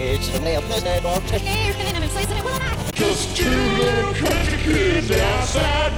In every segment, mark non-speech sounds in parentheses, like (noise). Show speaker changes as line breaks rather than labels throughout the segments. It's the nail that I don't touch.
Just two little country kids outside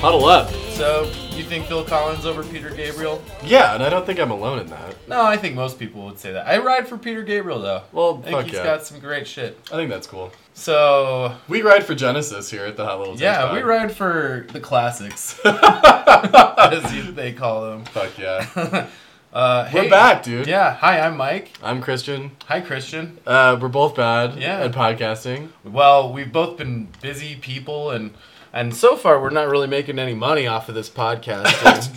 Huddle up.
So you think Phil Collins over Peter Gabriel?
Yeah, and I don't think I'm alone in that.
No, I think most people would say that. I ride for Peter Gabriel though.
Well,
I think
fuck
he's
yeah.
got some great shit.
I think that's cool.
So
We ride for Genesis here at the Hot Little Touch
yeah,
Pod.
we ride for
(laughs)
the classics, (laughs) as you- they call them.
Fuck yeah.
(laughs) Uh,
We're
hey,
back, dude.
Yeah. Hi, I'm Mike.
I'm Christian.
Hi, Christian.
Uh, we're both bad
Yeah.
at podcasting.
Well, we've both been busy people, and
And so far, we're not really making any money off of this
(laughs)
podcast.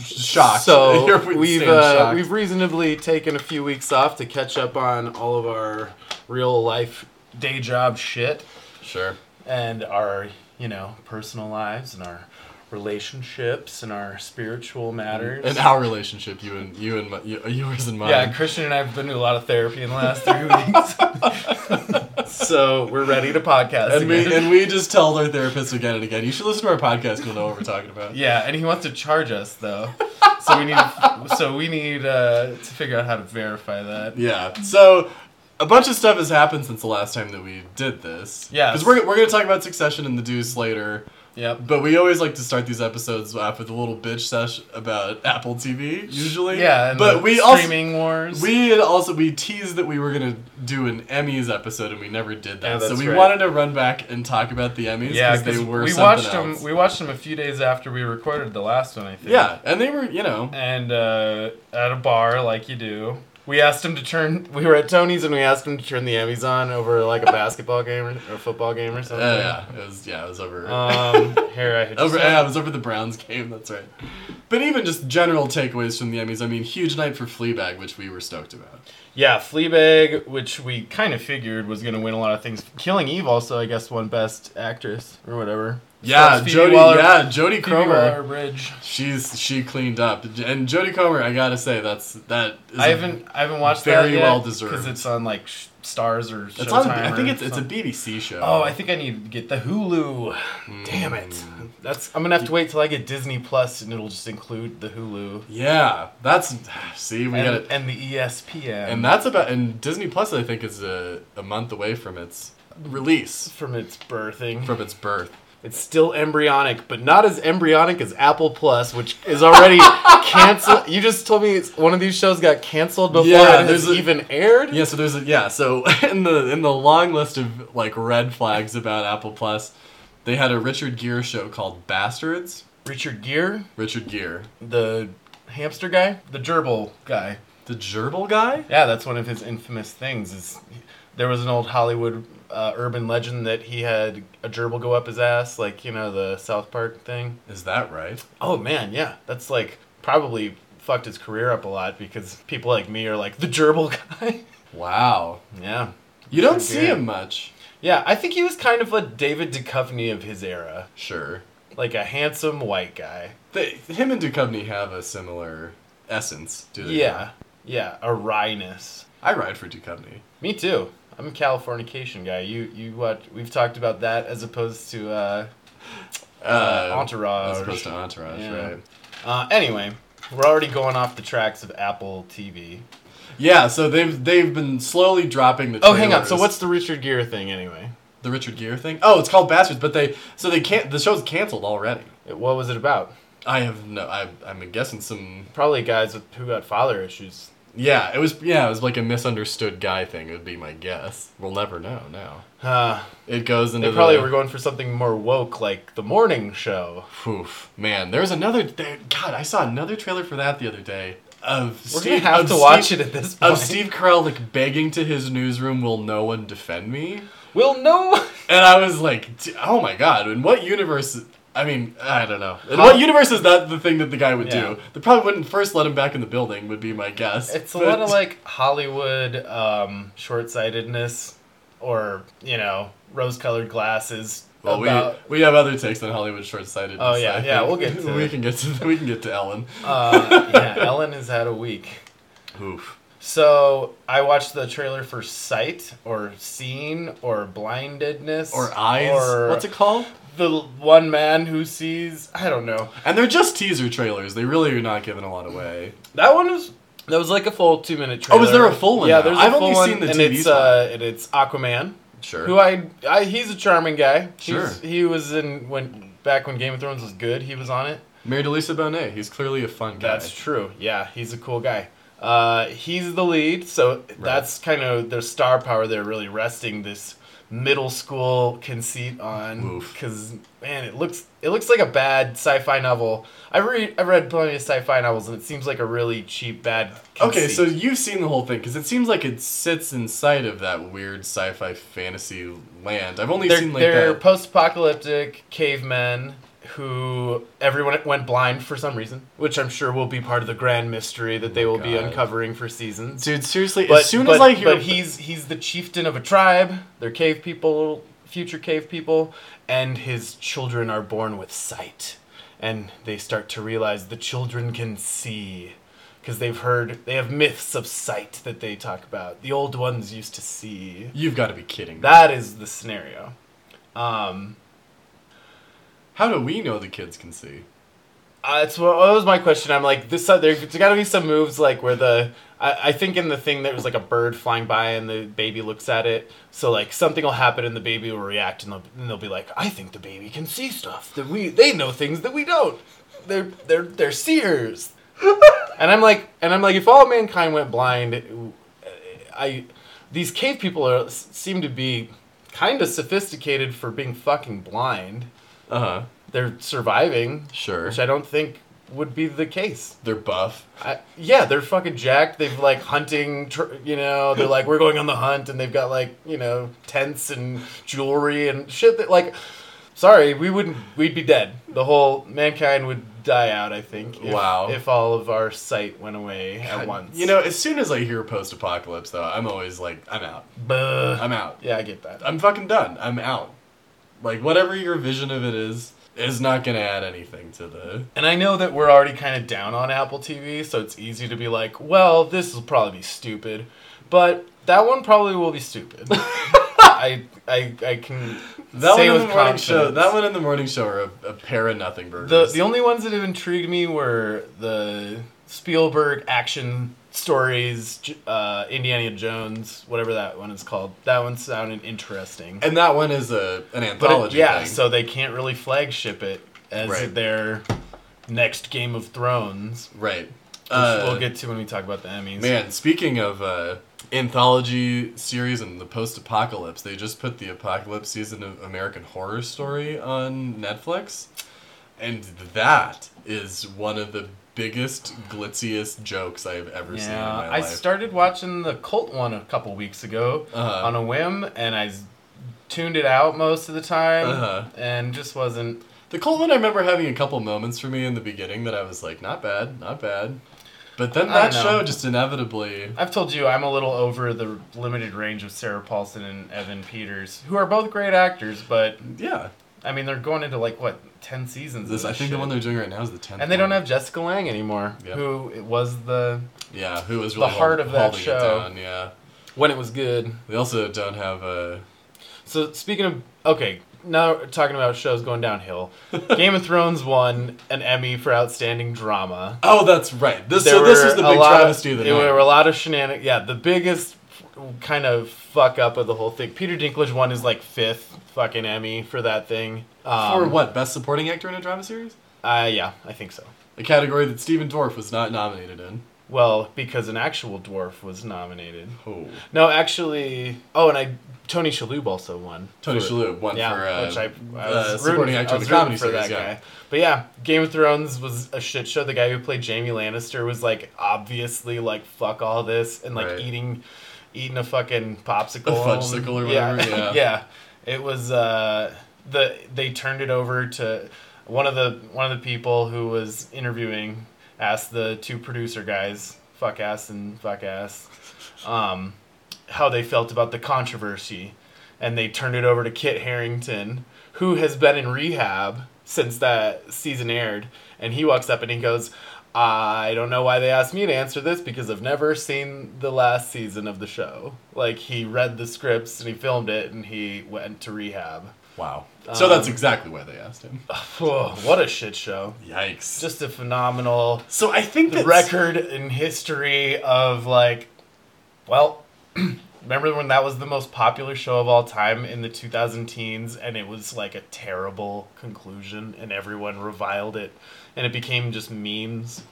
Shocked. (laughs) Here
so
we
we've
stand
uh,
shocked.
we've reasonably taken a few weeks off to catch up on all of our real life
day job shit,
sure.
and our you know personal lives, and our relationships, and our spiritual matters.
In our relationship, you and you and my, you, yours and mine.
yeah, and Christian and I have been to a lot of therapy in the last three (laughs) weeks, (laughs) so we're ready to podcast.
and we
again.
and we just tell our therapist again and again. You should listen to our podcast. You'll know what we're talking about.
Yeah, and he wants to charge us though. so we need so we need uh, to figure out how to verify that.
Yeah. So a bunch of stuff has happened since the last time that we did this.
Yes.
Because we're, we're going to talk about Succession and the Deuce later.
Yep.
But we always like to start these episodes off with a little bitch sesh about Apple TV, usually.
Yeah, and
But
the
we also
streaming wars.
we had also we teased that we were gonna do an Emmys episode and we never did
Yeah,
that. so
that's
we
right.
wanted to run back and talk about the Emmys
yeah,
because they
'cause
were
we
something
watched
else.
them. We watched them a few days after we recorded the last one, I think.
yeah, and they were you know
And uh, at a bar, like you do. We asked him to turn. (laughs)
we were at Tony's and we asked him to turn the Emmys on over like a basketball game or, or a football game or
uh,
something.
yeah it was yeah it was over
Um, here I just
over yeah it was over the Browns game that's right. But even just general takeaways from the Emmys, I mean, huge night for Fleabag, which we were stoked about.
Yeah, Fleabag, which we kind of figured was going to win a lot of things. Killing Eve also, I guess, won Best Actress or whatever.
Yeah,
Phoebe
Jody.
Waller-
yeah, Jodie Comer.
Bridge.
She's she cleaned up, and Jodie Comer. I gotta say, that's that. Is
I
a-
haven't I haven't watched
very
that yet
well deserved.
because it's on like sh- Stars or Showtime.
It's on. I
or
think it's it's a
something.
BBC show.
Oh, I think I need to get the Hulu. Damn it!
Hmm.
That's I'm gonna have to wait till I get Disney Plus, and it'll just include the Hulu
Yeah, that's see we got
and,
it,
and the E ESPN
and that's about and Disney Plus I think is a, a month away from its release
from its birthing.
from its birth.
It's still embryonic, but not as embryonic as Apple Plus, which is
(laughs)
already canceled. You just told me it's, one of these shows got canceled before
Yeah,
it
there's
has
a-
even aired.
Yeah, so there's a yeah, so (laughs) in the in the long list of like red flags about Apple Plus, they had a Richard Gere show called Bastards.
Richard Gere,
Richard Gere,
the hamster guy, the gerbil guy.
the gerbil guy.
Yeah, that's one of his infamous things. Is there was an old Hollywood uh, urban legend that he had a gerbil go up his ass, like you know the South Park thing.
Is that right?
Oh man, yeah. That's like probably fucked his career up a lot because people like me are like the gerbil guy. (laughs)
Wow,
yeah.
you don't
Richard
see
Gere.
him much.
Yeah, I think he was kind of a David Duchovny of his era.
Sure,
Like a handsome white guy.
they, him and Duchovny have a similar essence. Do they? not?
Yeah. Yeah, a wryness.
I ride for Duchovny.
Me too. I'm a Californication guy. You you watch we've talked about that as opposed to uh
uh,
Entourage.
As opposed to Entourage,
Yeah.
right?
uh anyway, we're already going off the tracks of Apple TV.
Yeah, so they've they've been slowly dropping the.
Oh, hang on.
trailers.
So what's the Richard Gere thing anyway?
the Richard Gere thing? Oh, it's called Bastards, but they so they can't. The show's canceled already.
Uh,
It- What was it about?
I have no. I, I'm guessing some.
Probably guys with, who got father issues.
Yeah, it was. Yeah, it was like a misunderstood guy thing. Would be my guess. We'll never know now.
Uh,
It goes into
they probably
the,
were going for something more woke, like the morning show.
Oof, man, there's another. There, God, I saw another trailer for that the other day. Of
We're
Steve,
gonna have
of
to watch
Steve-
it at this point.
Of Steve Carell like begging to his newsroom, will no one defend me?
We'll know.
And I was like, D- oh my god, in what universe? I mean, I don't know. In
How-
what universe is that the thing that the guy would
Yeah.
do? They probably wouldn't first let him back in the building, would be my guess.
It's a
But-
lot of like Hollywood um, short sightedness or, you know, rose colored glasses.
(laughs) Well,
about,
we, we have other takes on Hollywood short sightedness.
Oh, yeah, yeah, we'll
(laughs)
get to
we
it.
can get to we can get to Ellen.
uh,
(laughs)
yeah, Ellen has had a week.
Oof.
So I watched the trailer for Sight or Seen or Blindedness
Or eyes.
Or
What's it called?
the one man who sees. I don't know.
And they're just teaser trailers. They really are not giving a lot away.
That one was that was like a full two minute trailer.
Oh, is there a full one now?
Yeah, there's a
I've
full
only
one,
seen the
and
TV
it's
spot.
uh, and it's Aquaman,
Sure.
who I, I he's a charming guy. He's-
Sure.
he was in when back when Game of Thrones was good. He was on it.
Married to Lisa Bonet. He's clearly a fun guy.
That's true. Yeah, he's a cool guy. Uh, he's the lead, so that's kind of their star power. They're really resting this middle school conceit on
Oof.
because man, it looks it looks like a bad sci-fi novel. I read I read plenty of sci-fi novels, and it seems like a really cheap bad.
Okay, so
conceit.
you've seen the whole thing because it seems like it sits inside of that weird sci-fi fantasy land. I've only
they're,
seen like
they're
that.
post-apocalyptic cavemen who everyone went blind for some reason, which I'm sure will be part of the grand mystery that they will be
Oh God.
uncovering for seasons.
Dude, seriously,
But,
as soon
but,
as I hear,
but he's he's the chieftain of a tribe. They're cave people, future cave people, and his children are born with sight, and they start to realize the children can see, because they've heard they have myths of sight that they talk about. The old ones used to see.
you've got to be kidding. me.
That is the scenario. Um,
How do we know the kids can see?
Uh, it's what that was my question. I'm like, this uh, there's got to be some moves like where the I, I think in the thing there was like a bird flying by and the baby looks at it. So like something will happen and the baby will react and they'll, and they'll be like, I think the baby can see stuff that we they know things that we don't. They're they're they're seers. and I'm like and I'm like if all mankind went blind, I these cave people are seem to be kind of sophisticated for being fucking blind.
Uh huh.
They're surviving
Sure.
which I don't think would be the case.
They're buff.
I, yeah, they're fucking jacked. They've like hunting, tr- you know. They're like, we're going on the hunt, and they've got like, you know, tents and jewelry and shit. That like, sorry, we wouldn't. We'd be dead. The whole mankind would die out. I think. If,
Wow.
If all of our sight went away at once.
You know, as soon as I hear post-apocalypse, though, I'm always like, I'm out.
Buh.
I'm out.
yeah, I get that.
I'm fucking done. I'm out. Like whatever your vision of it is, is not gonna add anything to the.
And I know that we're already kind of down on Apple TV, so it's easy to be like, well, this will probably be stupid, but that one probably will
(laughs)
be stupid. I, I I can
That
say
one in
with
the morning
confidence.
show. That one in the morning show are a, a pair of nothing
the
burgers.
the only ones that have intrigued me were the Spielberg action stories, J- uh, Indiana Jones, whatever that one is called. That one sounded interesting.
and that one is a an
But it-
anthology.
yeah,
thing.
so they can't really flagship it as
Right.
their next Game of Thrones.
right.
which
Uh,
we'll get to when we talk about the Emmys.
Man, speaking of uh, anthology series and the post-apocalypse, they just put the apocalypse season of American Horror Story on Netflix, and that is one of the biggest glitziest jokes I've ever seen in
yeah,
my
I
life.
started watching the cult one a couple weeks ago
Uh-huh.
on a whim, and I s- tuned it out most of the time,
Uh-huh.
and just wasn't.
The cold one, I remember having a couple moments for me in the beginning that I was like, not bad, not bad. But then
I
that
don't know.
show just inevitably.
I've told you I'm a little over the limited range of Sarah Paulson and Evan Peters, who are both great actors, but
Yeah.
I mean they're going into like what ten seasons.
This, I
of this
think the
shit.
one they're doing right now is the 10th.
and they don't
one.
have Jessica Lang anymore,
Yep.
who was the
Yeah, who was really the
heart of that show.
yeah.
when it was good.
They also don't have a.
So speaking of okay, now we're talking about shows
(laughs)
going downhill. Game of Thrones won an Emmy for outstanding drama.
Oh, that's right. This
There
so this
were
is the
a
big
lot
travesty of the
There
night.
were a lot of shenanigans. Yeah, the biggest kind of fuck up of the whole thing. Peter Dinklage won his like fifth fucking Emmy for that thing. Um,
For what? Best supporting actor in a drama series?
Uh, yeah, I think so.
A category that Stephen Dorff was not nominated in.
Well, because an actual dwarf was nominated.
Oh.
No, actually. Oh, and I Tony Shalhoub also won.
Tony
for-
Shalhoub won
Yeah,
for uh,
which I, I was
uh,
rooting,
supporting
I
actor
was
in a comedy
rooting for
series.
that
yeah.
guy. But yeah, Game of Thrones was a shit show. The guy who played Jamie Lannister was like obviously like fuck all this and like
Right.
eating, eating a fucking popsicle,
A fudgesicle or whatever, yeah.
(laughs) yeah. It was uh, the they turned it over to one of the one of the people who was interviewing asked the two producer guys fuck ass and fuck ass um, how they felt about the controversy, and they turned it over to Kit Harrington, who has been in rehab since that season aired, and he walks up and he goes. I don't know why they asked me to answer this because I've never seen the last season of the show. Like he read the scripts and he filmed it and he went to rehab.
Wow. so
Um,
that's exactly why they asked
(laughs)
him.
Whoa, what a shit show.
Yikes.
Just a phenomenal
so I think that's,
record in history of like, well, (clears throat) remember when that was the most popular show of all time in the 2000 teens and it was like a terrible conclusion and everyone reviled it and it became just memes?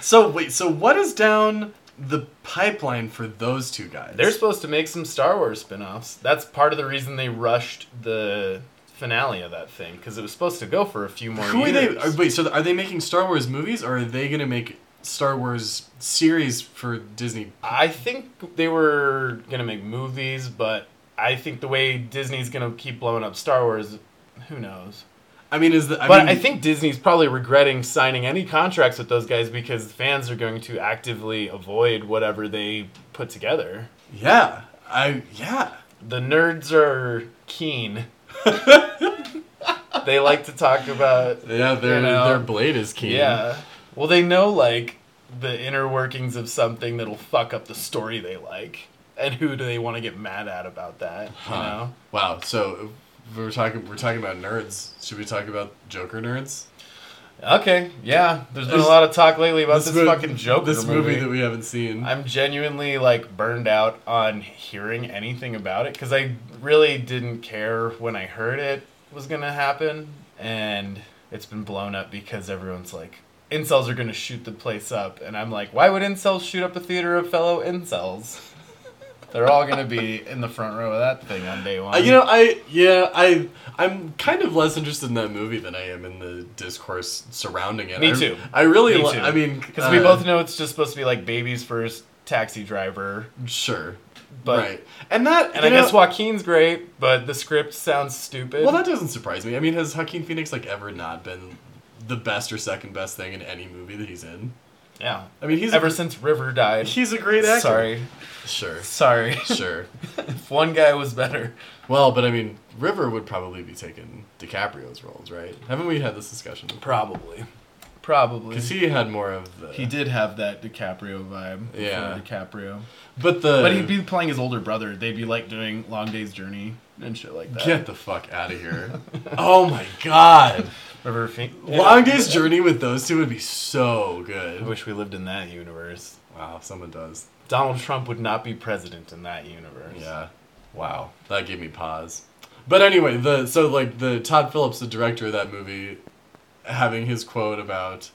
So wait, so what is down the pipeline for those two guys?
They're supposed to make some Star Wars spin-offs. That's part of the reason they rushed the finale of that thing because it was supposed to go for a few more
Who are
years.
they? Are, wait, so are they making Star Wars movies, or are they gonna make Star Wars series for Disney?
I think they were gonna make movies, but I think the way Disney's gonna keep blowing up Star Wars, who knows?
I mean, is the I
but
mean,
I think Disney's probably regretting signing any contracts with those guys because fans are going to actively avoid whatever they put together.
yeah, I yeah.
The nerds are
(laughs)
keen. they like to talk about
Yeah, their
You know?
their blade is keen.
yeah. Well, they know like the inner workings of something that'll fuck up the story they like, and who do they want to get mad at about that? You
Huh.
know.
Wow. So if we're talking we're talking about nerds. Should we talk about Joker nerds?
Okay, yeah. There's been
This-
a lot of talk lately about this,
mo-
fucking Joker
This movie, that we haven't seen.
I'm genuinely like burned out on hearing anything about it because I really didn't care when I heard it was gonna happen, and it's been blown up because everyone's like, incels are gonna shoot the place up, and I'm like, why would incels shoot up a theater of fellow incels? They're all gonna be in the front row of that thing on day one.
Uh, you know, I yeah, I I'm kind of less interested in that movie than I am in the discourse surrounding it.
Me
I-
too.
I, really,
Me
li-
too.
I mean,
because we
uh,
both know it's just supposed to be like baby's first taxi driver,
sure,
but.
right, and that
And
you
I
know-
guess Joaquin's great, but the script sounds stupid.
Well, that doesn't surprise me. I mean, has Joaquin Phoenix like ever not been the best or second best thing in any movie that he's in?
yeah.
I mean, he's
Ever
a,
since River died.
he's a great actor.
Sorry.
sure,
Sorry.
(laughs)
(laughs)
sure.
if one guy was better.
Well, but I mean, River would probably be taking DiCaprio's roles, right? Haven't we had this discussion?
Probably. Probably.
Because he had more of the.
He did have that DiCaprio vibe. before
Yeah.
DiCaprio.
but the.
But he'd be playing his older brother. They'd be like doing Long Day's Journey and shit like that.
Get the fuck out of
(laughs)
here! oh my god,
River Phoenix.
Long Day's Journey with those two would be so
I
good.
wish we lived in that universe.
Wow, someone does.
Donald Trump would not be president in that universe.
Yeah. Wow. That gave me pause. But anyway, the so like the Todd Phillips, the director of that movie, having his quote about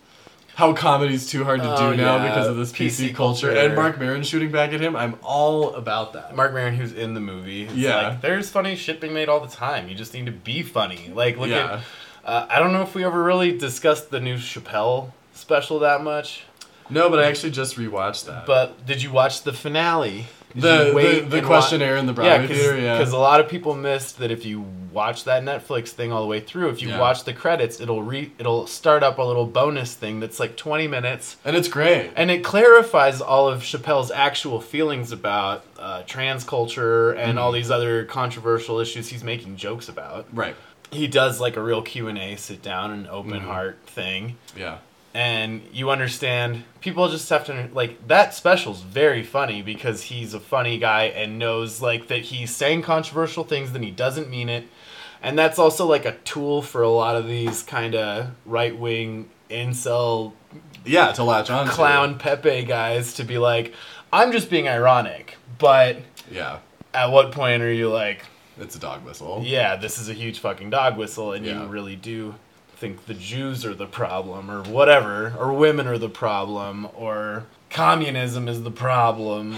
how comedy's too hard to
Oh,
do now
yeah,
because of this PC,
PC
culture,
culture.
and Mark Maron shooting back at him, I'm all about that.
Mark Maron, who's in the movie, is
Yeah.
like, there's funny shit being made all the time. You just need to be funny. Like, look
Yeah.
at. Uh, I don't know if we ever really discussed the new Chappelle special that much,
No, but I actually just rewatched that.
but did you watch the finale? Did
The-
you wait
the- the
and
questionnaire in the Broadway
cause,
theater, yeah.
because a lot of people missed that if you watch that Netflix thing all the way through, if you
Yeah.
watch the credits, it'll re it'll start up a little bonus thing that's like 20 minutes
and it's great.
and it clarifies all of Chappelle's actual feelings about uh, trans culture and all these other controversial issues he's making jokes about.
right.
He does like a real Q and A, sit down, an open heart thing,
Yeah.
and you understand. People just have to like that special's very funny because he's a funny guy and knows like that he's saying controversial things, then he doesn't mean it, and that's also like a tool for a lot of these kind of right wing incel
Yeah, to latch on.
clown Pepe guys to be like, I'm just being ironic, but
Yeah.
at what point are you like,
It's a dog whistle.
yeah, this is a huge fucking dog whistle, and
Yeah.
you really do think the Jews are the problem, or whatever, or women are the problem, or communism is
(laughs)
the problem,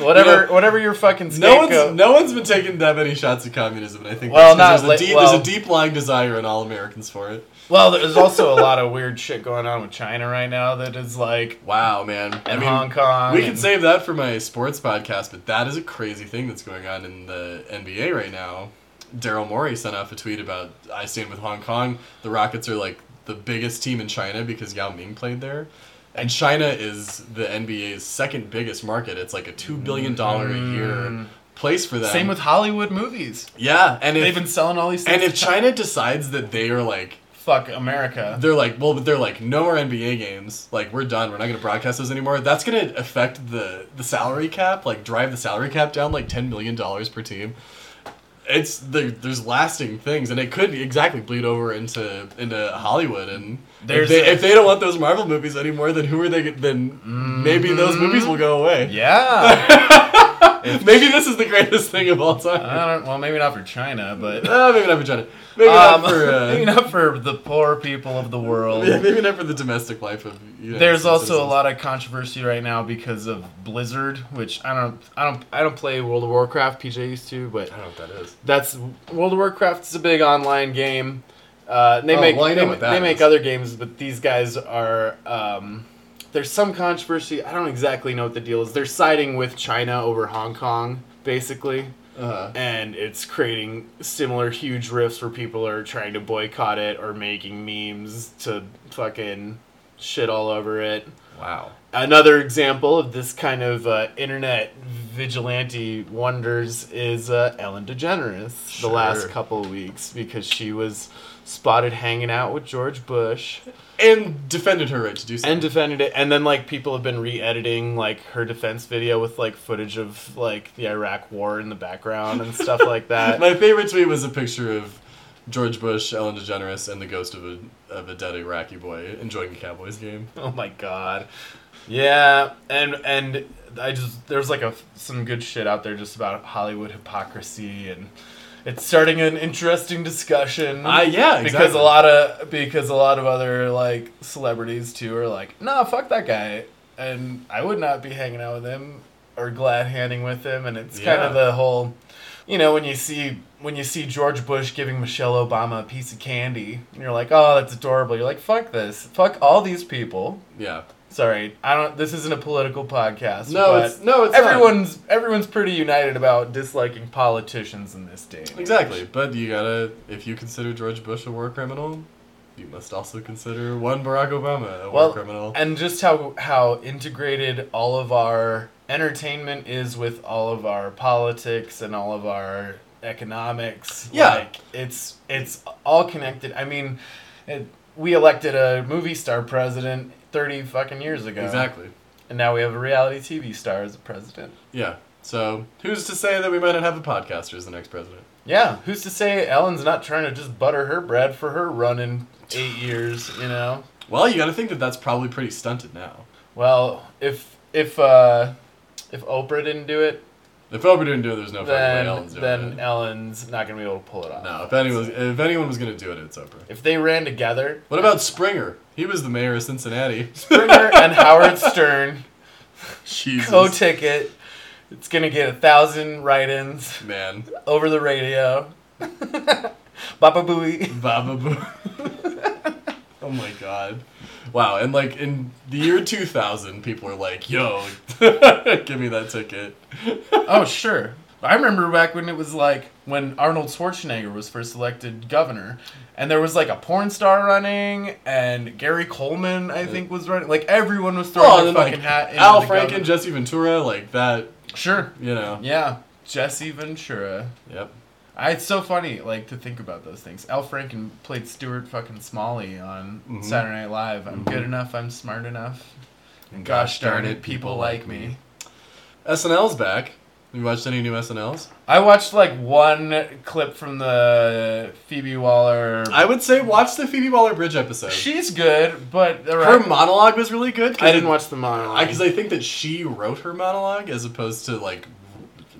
whatever,
You
whatever your fucking
No
scapegoat.
one's, no one's been taking that many shots at communism, and I think
Well,
that's 'cause
not
there's, a
li-
deep,
well-
there's a deep lying desire in all Americans for it.
Well, there's also a lot of weird shit going on with China right now that is like.
Wow, man. I
And
mean,
Hong Kong
We can
and-
save that for my sports podcast, but that is a crazy thing that's going on in the NBA right now. Daryl Morey sent off a tweet about I stand with Hong Kong. The Rockets are like the biggest team in China because Yao Ming played there. And China is the NBA's second biggest market. It's like a $2 billion a year place for them.
Mm. Same with Hollywood movies.
Yeah, and
They've
if,
been selling all these things.
and if China decides that they are like
fuck America.
they're like, well, but they're like, no more NBA games. Like, we're done. We're not gonna broadcast those anymore. That's gonna affect the the salary cap. Like, drive the salary cap down like ten million dollars per team. it's there, there's lasting things, and it could exactly bleed over into into Hollywood. And if
There's
they,
a-
if they don't want those Marvel movies anymore, then who are they? get- Then maybe those movies will go away.
Mm-hmm. Yeah.
(laughs) Maybe this is the greatest thing of all time.
I don't, well, maybe not for China,
(laughs)
but
Uh, (laughs) maybe not for China. Maybe
um,
not for. Uh,
(laughs) maybe not for the poor people of the
(laughs)
world.
yeah, maybe not for the domestic life of. United
There's
States
also a
citizens.
lot of controversy right now because of Blizzard, which I don't, I don't, I don't play World of Warcraft. PJ used to, but
I don't know what that is.
that's World of Warcraft is a big online game. Uh, they
Oh,
make
well, I know
they,
what that
they make
is.
other games, but these guys are. Um, there's some controversy. I don't exactly know what the deal is. They're siding with China over Hong Kong, basically,
Uh-huh.
and it's creating similar huge rifts where people are trying to boycott it or making memes to fucking shit all over it
Wow.
another example of this kind of uh, internet vigilante wonders is uh, Ellen DeGeneres
Sure.
the last couple of weeks because she was spotted hanging out with George Bush
And defended her right to do so.
and defended it and then like people have been re-editing like her defense video with like footage of like the Iraq war in the background and stuff like that.
My favorite tweet was a picture of George Bush, Ellen DeGeneres, and the ghost of a of a dead Iraqi boy enjoying a Cowboys game.
(laughs) Oh my god. Yeah, and and I just there's like a some good shit out there just about Hollywood hypocrisy and it's starting an interesting discussion.
Uh, yeah,
Because
exactly.
a lot of because a lot of other like celebrities too are like, "Nah, fuck that guy." And I would not be hanging out with him or glad handing with him and it's kind of
Yeah.
the whole you know, when you see when you see George Bush giving Michelle Obama a piece of candy, and you're like, "Oh, that's adorable." You're like, "Fuck this. Fuck all these people."
Yeah.
Sorry, I don't. This isn't a political podcast.
No,
but
it's- no, it's not.
everyone's everyone's pretty united about disliking politicians in this day. and age.
Exactly. But you gotta if you consider George Bush a war criminal, you must also consider one Barack Obama a
Well,
war criminal.
and just how how integrated all of our entertainment is with all of our politics and all of our economics.
Yeah.
like, it's it's all connected. I mean, it, we elected a movie star president thirty fucking years ago,
Exactly.
and now we have a reality TV star as a president.
Yeah. So who's to say that we might not have a podcaster as the next president?
Yeah, who's to say Ellen's not trying to just butter her bread for her run in eight years? You know.
Well, you gotta think that that's probably pretty stunted now.
Well, if if uh, if Oprah didn't do it,
If Oprah didn't do it, there's no fucking way
then
Ellen's doing
then
it.
Ellen's not gonna be able to pull it off.
No, if anyone was, if anyone was gonna do it, it's Oprah.
If they ran together,
What about Springer? He was the mayor of Cincinnati.
Springer and Howard (laughs) Stern
Jesus.
co-ticket, it's gonna get a thousand write-ins
Man.
over the radio. (laughs) Baba Booey.
Baba Boo. (laughs) oh my god. Wow, and like in the year 2000, people were like, yo, (laughs) give me that ticket.
(laughs) Oh, sure. I remember back when it was like when Arnold Schwarzenegger was first elected governor, and there was like a porn star running, and Gary Coleman, I think, was running. Like everyone was throwing
Oh,
their
and then like
fucking hat. into
Al
the
Franken,
governor.
Jesse Ventura, like that,
sure,
you know.
yeah, Jesse Ventura.
Yep.
I, it's so funny, like to think about those things. Al Franken played Stuart fucking Smalley on Saturday Night Live. I'm good enough. I'm smart enough.
And
Gosh Mm-hmm. darn it, people like me.
SNL's back. You watched any new SNLs?
I watched like one clip from the Phoebe Waller.
I would say watch the Phoebe Waller Bridge episode.
She's good, but the
her
right-
monologue was really good. 'cause
I didn't
it-
watch the monologue.
Because I, think that she wrote her monologue as opposed to like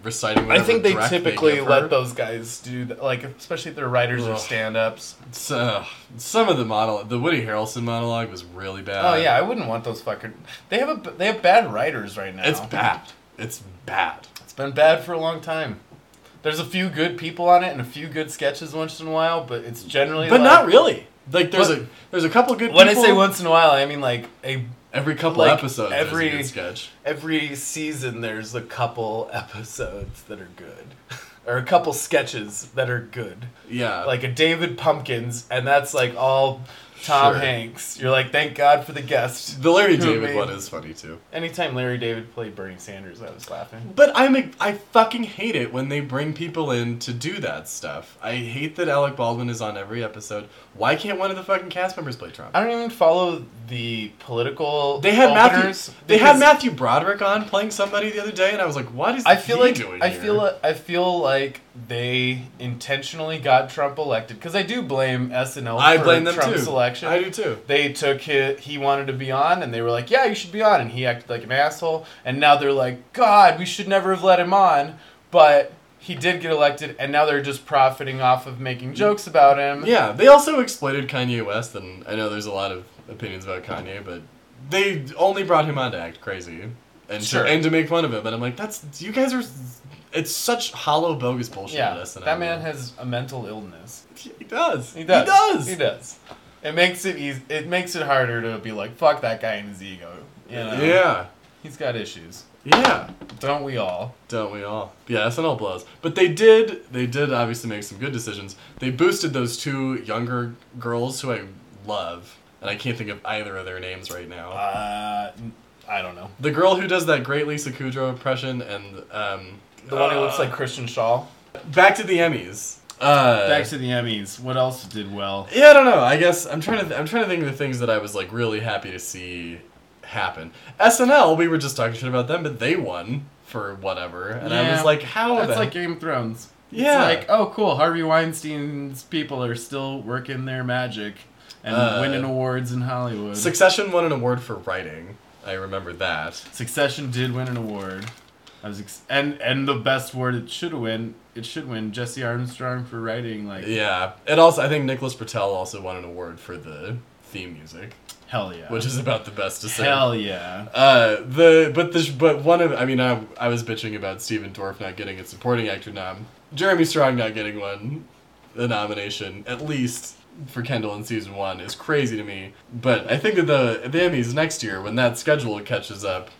reciting.
I
Whatever
think they
direct
typically
give her.
let those guys do that, like especially if they're writers or
Ugh.
stand-ups.
It's, uh, some of the monologue, the Woody Harrelson monologue was really bad.
Oh yeah, I wouldn't want those fucking. They have a they have bad writers right now.
it's bad. It's bad.
It's been bad for a long time. There's a few good people on it and a few good sketches once in a while, but it's generally.
But
like-
not really. Like there's
What-
a there's a couple good.
When I
people.
say once in a while, I mean like a
every couple
like,
episodes,
every-
every sketch.
every season there's a couple (laughs) episodes that are good, (laughs) or a couple sketches that are good.
Yeah,
like a David Pumpkins, and that's like all Tom
Sure.
Hanks. You're like, thank God for the guest.
the Larry
Who
David
made-
one is funny too.
Anytime Larry David played Bernie Sanders, I was laughing.
But I'm a, I fucking hate it when they bring people in to do that stuff. I hate that Alec Baldwin is on every episode. Why can't one of the fucking cast members play Trump?
I don't even follow the political.
They had
openers
Matthew. They had
because
Matthew Broderick on playing somebody the other day, and I was like, "What is
I feel
he
like
doing
I
here?
feel I feel like they intentionally got Trump elected because I do blame SNL
I
for
blame them
Trump's
too.
election.
I do too.
They took his, he wanted to be on, and they were like, "Yeah, you should be on," and he acted like an asshole. And now they're like, "God, we should never have let him on," but he did get elected, and now they're just profiting off of making jokes about him.
Yeah, they also exploited Kanye West, and I know there's a lot of opinions about Kanye, but they only brought him on to act crazy and
Sure.
to, and to make fun of him. And I'm like, that's you guys are. It's such hollow, bogus bullshit.
Yeah,
at SNL.
that man has a mental illness.
He does.
He does.
He does.
He does. It makes it easy. It makes it harder to be like, "Fuck that guy and his ego." You know?
Yeah.
he's got issues.
Yeah.
Don't we all?
Don't we all? Yeah, SNL blows. But they did. They did obviously make some good decisions. They boosted those two younger girls who I love, and I can't think of either of their names right now.
Uh, n- I don't know.
the girl who does that great Lisa Kudrow impression, and um,
The one who looks like Christian Shaw.
Back to the Emmys. Uh,
Back to the Emmys. What else did well?
yeah, I don't know. I guess I'm trying to. I'm trying to think of the things that I was like really happy to see happen. SNL, we were just talking shit about them, but they won for whatever, and I
Yeah.
was like, how?
That's
the-
like Game of Thrones.
Yeah.
It's like, oh, cool. Harvey Weinstein's people are still working their magic and
Uh,
winning awards in Hollywood.
Mm-hmm. Succession won an award for writing. I remember that.
Succession did win an award. I was ex- and and the best award it should win. It should win Jesse Armstrong for writing like
Yeah, and also I think Nicholas Patel also won an award for the theme music,
hell yeah,
which is about the best to say.
hell yeah.
Uh, the but the but one of I mean I I was bitching about Steven Dorff not getting a supporting actor nom, Jeremy Strong not getting one, the nomination at least for Kendall in season one is crazy to me. But I think that the the Emmys next year when that schedule catches up,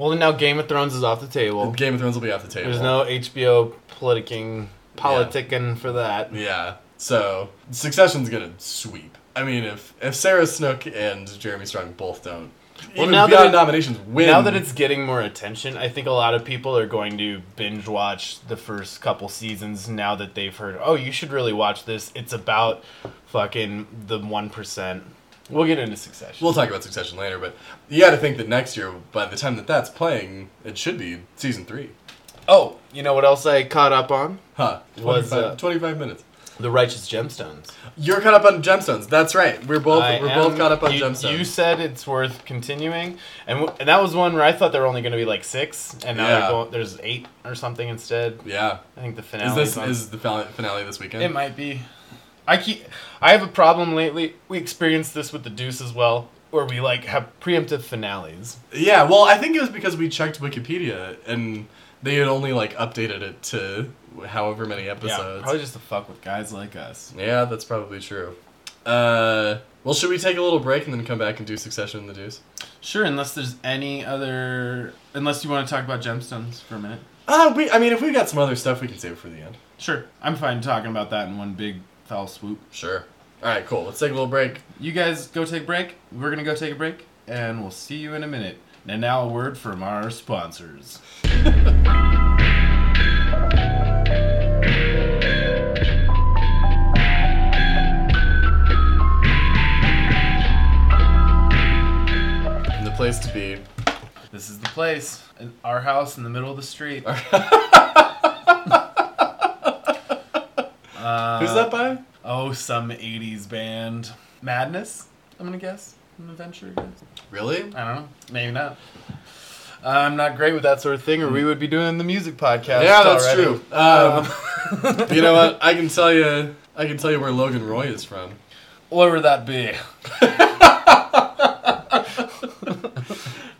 Well, and now Game of Thrones is off the table.
Game of Thrones will be off the table.
There's no HBO politicking, politicking for that.
yeah. So Succession's gonna sweep. I mean if if Sarah Snook and Jeremy Strong both don't,
Well,
even
now that
beyond
it-
nominations win.
Now that it's getting more attention, I think a lot of people are going to binge watch the first couple seasons now that they've heard, oh, you should really watch this. It's about fucking the 1%. We'll get into succession.
We'll talk about Succession later, but you got to think that next year, by the time that that's playing, it should be season three.
oh, you know what else I caught up on?
Huh?
What's
25,
up?
25 minutes.
The Righteous Gemstones.
You're caught up on gemstones. That's right. We're both
I
we're
am-
both caught up on
you,
gemstones.
You said it's worth continuing, and w- and that was one where I thought there were only going to be like six, and now
Yeah.
they're going, there's eight or something instead.
yeah.
I think the
Is
finale
this is the finale, finale this weekend?
It might be.
I keep. I have a problem lately. We experienced this with the Deuce as well, where we like have preemptive finales.
yeah. Well, I think it was because we checked Wikipedia and they had only like updated it to however many
Yeah,
episodes.
probably just to fuck with guys like us.
Yeah, that's probably true. Uh, well, should we take a little break and then come back and do Succession and the Deuce?
Sure, unless there's any other, unless you want to talk about gemstones for a minute.
Uh, we. I mean, if we've got some other stuff, we can save it for the end.
Sure, I'm fine talking about that in one big foul swoop.
Sure. All right, cool. Let's take a little break.
You guys go take a break. We're gonna go take a break, and we'll see you in a minute. And now a word from our sponsors.
The place to be.
This is the place, in our house in the middle of the street.
Who's that by?
Oh, some '80s band, Madness. I'm gonna guess. I'm gonna venture a guess.
Really?
I don't know. Maybe not. Uh, I'm not great with that sort of thing, or we would be doing the music podcast.
yeah, that's
already.
true. Um, (laughs) you know what? I can tell you. I can tell you where Logan Roy is from.
What would that be?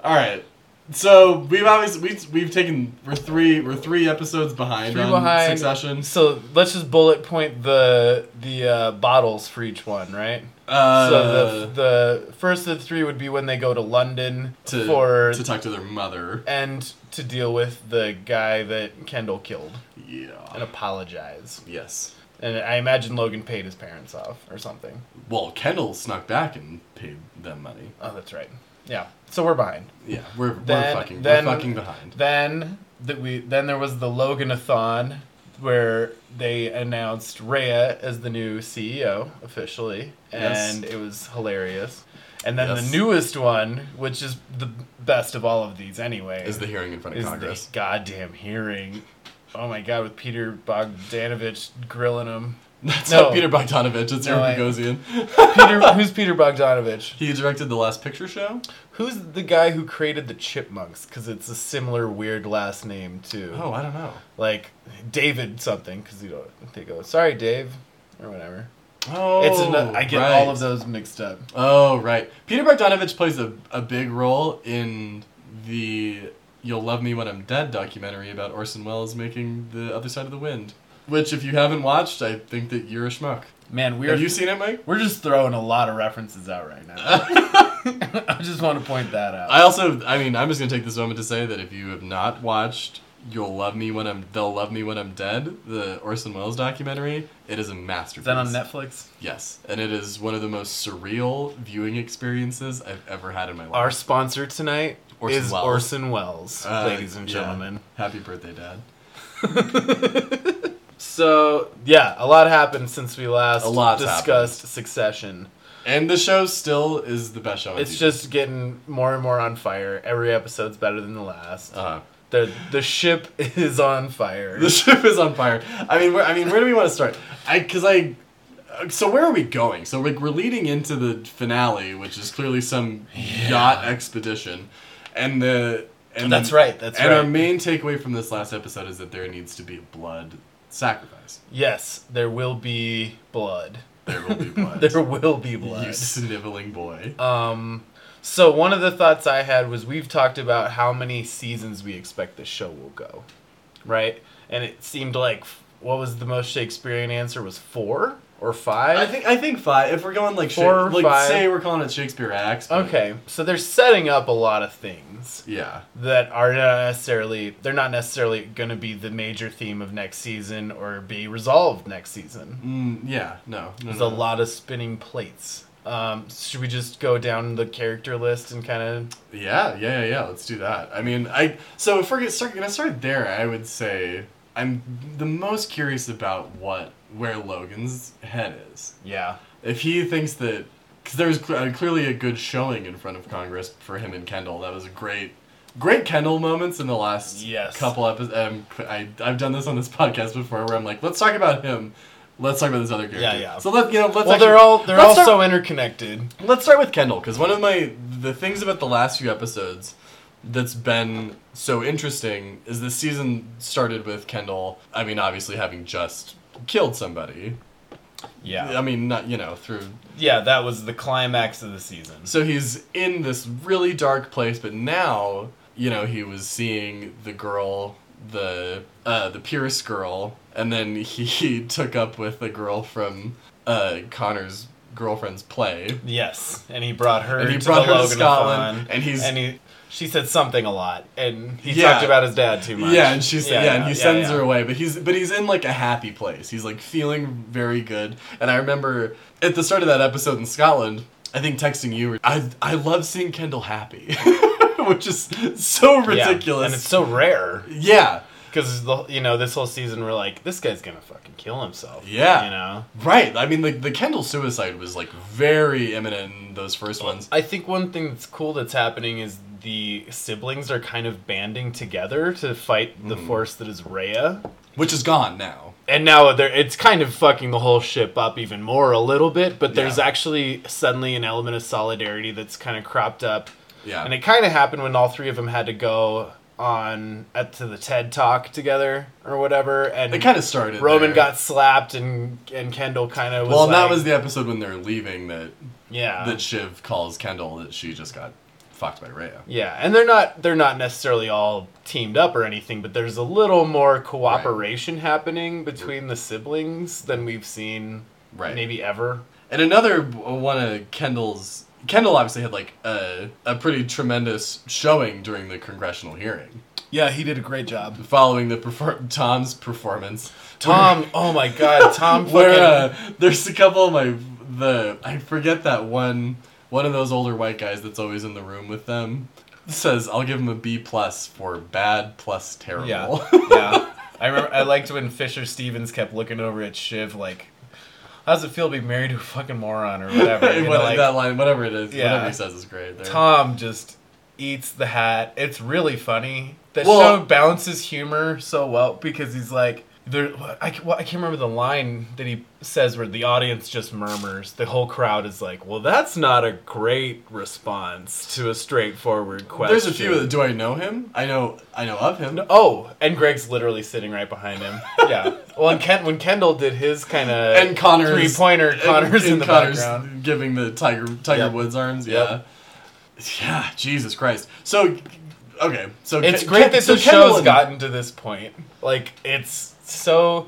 All right. So we've obviously we've, we've taken we're three we're three episodes behind
Three
on
behind.
Succession.
So let's just bullet point the the uh, bottles for each one, right?
Uh,
so the, the first of the three would be when they go to London
to
for
to talk to their mother.
and to deal with the guy that Kendall killed and
Yeah.
apologize.
Yes.
And I imagine Logan paid his parents off or something.
Well, Kendall snuck back and paid them money.
Oh, that's right. Yeah. So we're behind.
Yeah, we're,
Then-
we're fucking
then-
we're fucking behind.
Then that we then there was the Loganathon where they announced Rhea as the new CEO officially,
Yes.
and it was hilarious. And then
Yes.
the newest one, which is the best of all of these anyway,
Is the hearing in front of
is
Congress?
the goddamn hearing. Oh my god, with Peter Bogdanovich grilling him.
That's
No.
not Peter Bogdanovich. It's
No, I-
Aaron Bogosian.
Peter, who's Peter Bogdanovich?
He directed the Last Picture Show.
Who's the guy who created the Chipmunks? Because it's a similar weird last name too.
Oh, I don't know.
Like David something. Because you don't they go sorry Dave or whatever.
Oh,
it's an, I get
right.
all of those mixed up.
Oh, right. Peter Bogdanovich plays a, a big role in the You'll Love Me When I'm Dead documentary about Orson Welles making The Other Side of the Wind, which, if you haven't watched, I think that you're a schmuck.
Man, we're
Have you seen it, Mike?
we're just throwing a lot of references out (laughs) right now. I just want to point that out.
I also, I mean, I'm just going to take this moment to say that if you have not watched You'll Love Me When I'm, They'll Love Me When I'm Dead, the Orson Welles documentary, it is a masterpiece.
Is that on Netflix?
Yes. And it is one of the most surreal viewing experiences I've ever had in my life.
Our sponsor tonight
Orson
is
Welles.
Orson Welles,
Uh,
ladies and
yeah.
gentlemen.
Happy birthday, Dad.
So yeah, a lot happened since we last
A lot's
discussed Succession.
And the show still is the best show. on
It's
TV.
just getting more and more on fire. Every episode's better than the last.
uh,
the The ship (laughs) is on fire.
the ship is on fire. I mean, where, I mean, where do we want to start? I because I. uh, So where are we going? So like we're leading into the finale, which is clearly some yacht expedition, and the and
That's right, that's
and our
right.
main takeaway from this last episode is that there needs to be a blood sacrifice.
yes, there will be blood.
There will
(laughs)
be blood.
There will be blood.
You sniveling boy.
Um, so one of the thoughts I had was we've talked about how many seasons we expect this show will go, right? And it seemed like f- what was the most Shakespearean answer was four or five.
I think I think five. If we're going like Sha-
Four or
like
five.
say we're calling it Shakespeare acts. but-
Okay, so they're setting up a lot of things
Yeah.
that are not necessarily they're not necessarily going to be the major theme of next season or be resolved next season.
Mm, yeah. No. no,
There's
no.
a lot of spinning plates. Um, should we just go down the character list and kind of
Yeah, yeah, yeah, yeah. Let's do that. I mean, I so if we're gonna start, gonna start there, I would say I'm the most curious about what where Logan's head is.
yeah,
If he thinks that because there's cl- uh, clearly a good showing in front of Congress for him and Kendall. That was a great, great Kendall moments in the last
Yes.
couple episodes. Um, qu- I I've done this on this (laughs) podcast before where I'm like, let's talk about him. Let's talk about this other character.
Yeah, yeah.
So let you know. Let's
well they're
actually-
all they're all
let's start-
so interconnected.
Let's start with Kendall because one of my the things about the last few episodes that's been so interesting is this season started with Kendall. I mean, obviously having just killed somebody. I
Yeah,
mean, not you know through.
yeah, that was the climax of the season.
So he's in this really dark place, but now you know he was seeing the girl, the uh, the Pierce girl, and then (laughs) he, he took up with the girl from uh, Connor's girlfriend's play.
Yes, and he brought her
And he
to
brought her
the
to
Logan
Scotland, and he's-
and he she said something a lot, and he
Yeah.
talked about his dad too much.
Yeah, and she's yeah, and he sends
yeah.
her away, but he's but he's in like a happy place. He's like feeling very good. And I remember at the start of that episode in Scotland, I think texting you, I I love seeing Kendall happy, (laughs) which is so
Yeah,
ridiculous. Yeah,
and it's so rare
yeah,
because you know this whole season we're like, this guy's gonna fucking kill himself.
Yeah.
you know.
right. I mean, the the Kendall suicide was like very imminent in those first ones.
I think one thing that's cool that's happening is the siblings are kind of banding together to fight
Mm-hmm.
the force that is Rhea.
Which is gone now.
And now they're, it's kind of fucking the whole ship up even more a little bit, but there's
Yeah.
actually suddenly an element of solidarity that's kind of cropped up.
Yeah.
And it kind of happened when all three of them had to go on at to the TED Talk together or whatever. And
It kind of started.
Roman
there.
got slapped, and and Kendall kind of was
Well, and that
like-
was the episode when they're leaving that
yeah
that Shiv calls Kendall that she just got fucked by Rhea.
yeah, and they're not they're not necessarily all teamed up or anything, but there's a little more cooperation happening between the siblings than we've seen
Right.
maybe ever.
And another one of Kendall's Kendall obviously had like a, a pretty tremendous showing during the congressional hearing,
Yeah, he did a great job.
following the perfor- Tom's performance.
(laughs) Tom, oh my god, Tom (laughs) fucking
where uh, there's a couple of my the I forget that one one of those older white guys that's always in the room with them says I'll give him a B plus for bad plus terrible.
(laughs)
(laughs)
yeah, yeah. I remember I liked when Fisher Stevens kept looking over at Shiv like, "How does it feel to be married to a fucking moron or whatever?" (laughs)
Whatever,
You know, like,
that line, whatever it is,
Yeah.
whatever he says is great. There.
Tom just eats the hat. It's really funny. The
Well-
show balances humor so well because he's like, there, I, ca- well, I can't remember the line that he says where the audience just murmurs. The whole crowd is like, well, that's not a great response to a straightforward question.
There's a few of the. Do I know him? I know. I know of him.
Oh, and Greg's literally sitting right
(laughs)
behind him. Yeah. Well, and Ken, when Kendall did his kind of
And Connors.
three pointer, Connors
and
in the
Connors
background.
giving the Tiger Tiger
Yep.
Woods arms.
Yep.
Yeah. Yeah. Jesus Christ. So, okay. So
It's
Ken-
great
Ken-
that
so
the
Kendall
show's
and-
gotten to this point. Like it's so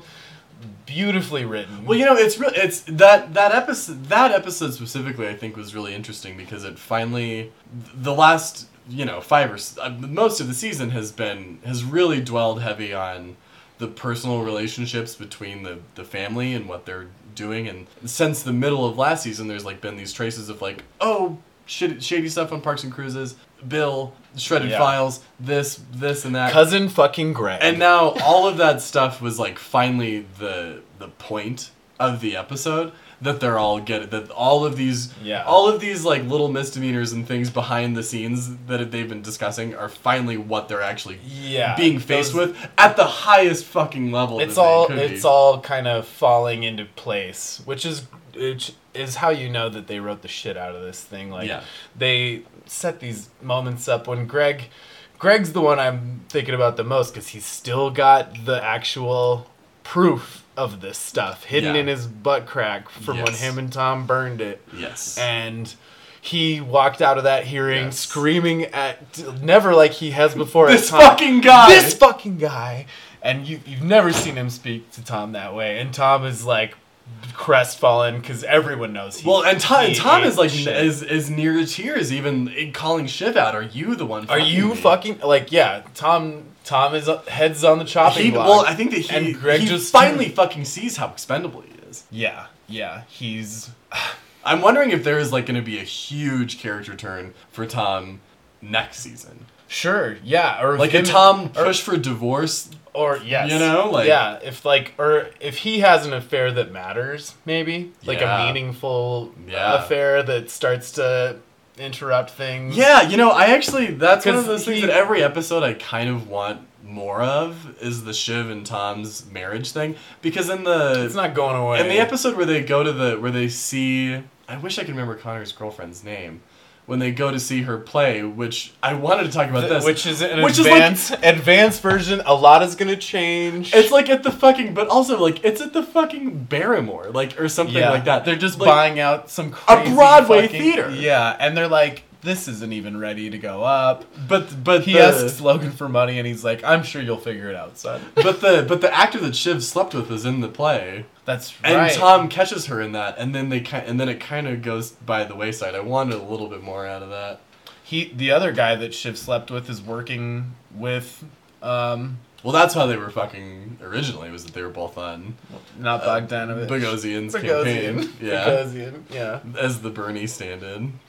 beautifully written.
Well, you know, it's real. It's that that episode. That episode specifically, I think, was really interesting because it finally, the last you know five or s- uh, most of the season has been has really dwelled heavy on the personal relationships between the the family and what they're doing. And since the middle of last season, there's like been these traces of like, oh, shit, shady stuff on Parks and Cruises, Bill, shredded
Yeah.
files, this, this, and that.
cousin fucking Greg.
And now all of that stuff was like finally the the point of the episode that they're all get that all of these
Yeah.
all of these like little misdemeanors and things behind the scenes that they've been discussing are finally what they're actually
yeah,
being faced
those-
with at the highest fucking level.
It's
that they
all
could
it's
be.
all kind of falling into place, which is which is how you know that they wrote the shit out of this thing. Like
Yeah.
they set these moments up when Greg Greg's the one I'm thinking about the most cuz he's still got the actual proof of this stuff hidden
Yeah.
in his butt crack from when
Yes.
him and Tom burned it.
yes.
and he walked out of that hearing
Yes.
screaming at never like he has before at
this
Tom.
fucking guy.
this fucking guy and you you've never seen him speak to Tom that way and Tom is like crestfallen cuz everyone knows he
well, and Tom,
he
Tom
ate
is like
shit.
is is near to tears, even in calling Shiv out. Are you the one?
are you
me?"
fucking like yeah Tom Tom is uh, heads on the chopping
He,
block
well, I think that he,
and Greg
he
just
finally fucking sees how expendable he is.
yeah yeah he's
I'm wondering if there is like going to be a huge character turn for Tom next season,
sure yeah or
like a
him-
Tom
or-
push for divorce.
Or yes,
You know, like-
yeah, if like or if he has an affair that matters, maybe like
Yeah.
a meaningful
Yeah.
affair that starts to interrupt things.
Yeah, you know, I actually that's one of
'Cause
those things
he-
that every episode I kind of want more of is the Shiv and Tom's marriage thing because in the
it's not going away.
in the episode where they go to the where they see I wish I could remember Connor's girlfriend's name when they go to see her play, which I wanted to talk about this,
which is an
which is like-
advanced advanced version. A lot is gonna change.
It's like at the fucking, but also like it's at the fucking Barrymore, like or something
yeah,
like that.
They're just
Like,
buying out some crazy
Broadway
fucking-
theater.
Yeah, and they're like, this isn't even ready to go up.
but but
He
the,
asks Logan for money, and he's like, "I'm sure you'll figure it
(laughs)
out, son."
but the but the actor that Shiv slept with is in the play,
That's
and
right.
Tom catches her in that, and then they ki- and then it kind of goes by the wayside. I wanted a little bit more out of that.
he the other guy that Shiv slept with is working with um
Well, that's how they were fucking originally was that they were both on
not Bogdanovich.
Uh, Bogosian's
Bogosian. (laughs)
campaign, yeah,
Bogosian, yeah.
as the Bernie stand-in,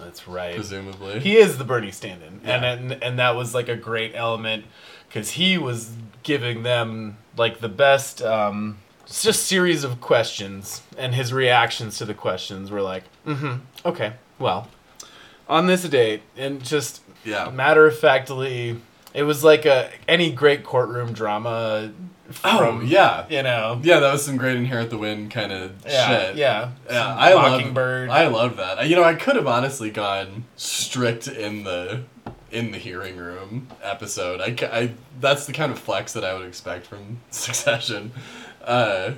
That's right.
presumably.
He is the Bernie stand-in.
Yeah.
And, and and that was like a great element cuz he was giving them like the best um it's just series of questions and his reactions to the questions were like, "Mhm. Okay. Well, on this date and just
yeah,
matter of factly it was like a any great courtroom drama
oh
from
yeah,
you know
yeah. That was some great inherit the wind kind of
yeah,
shit.
Yeah.
Yeah,
Some
I
Mockingbird.
love. I love that. I- You know, I could have honestly gone strict in the in the hearing room episode. I, ca- I that's the kind of flex that I would expect from (laughs) Succession. Uh,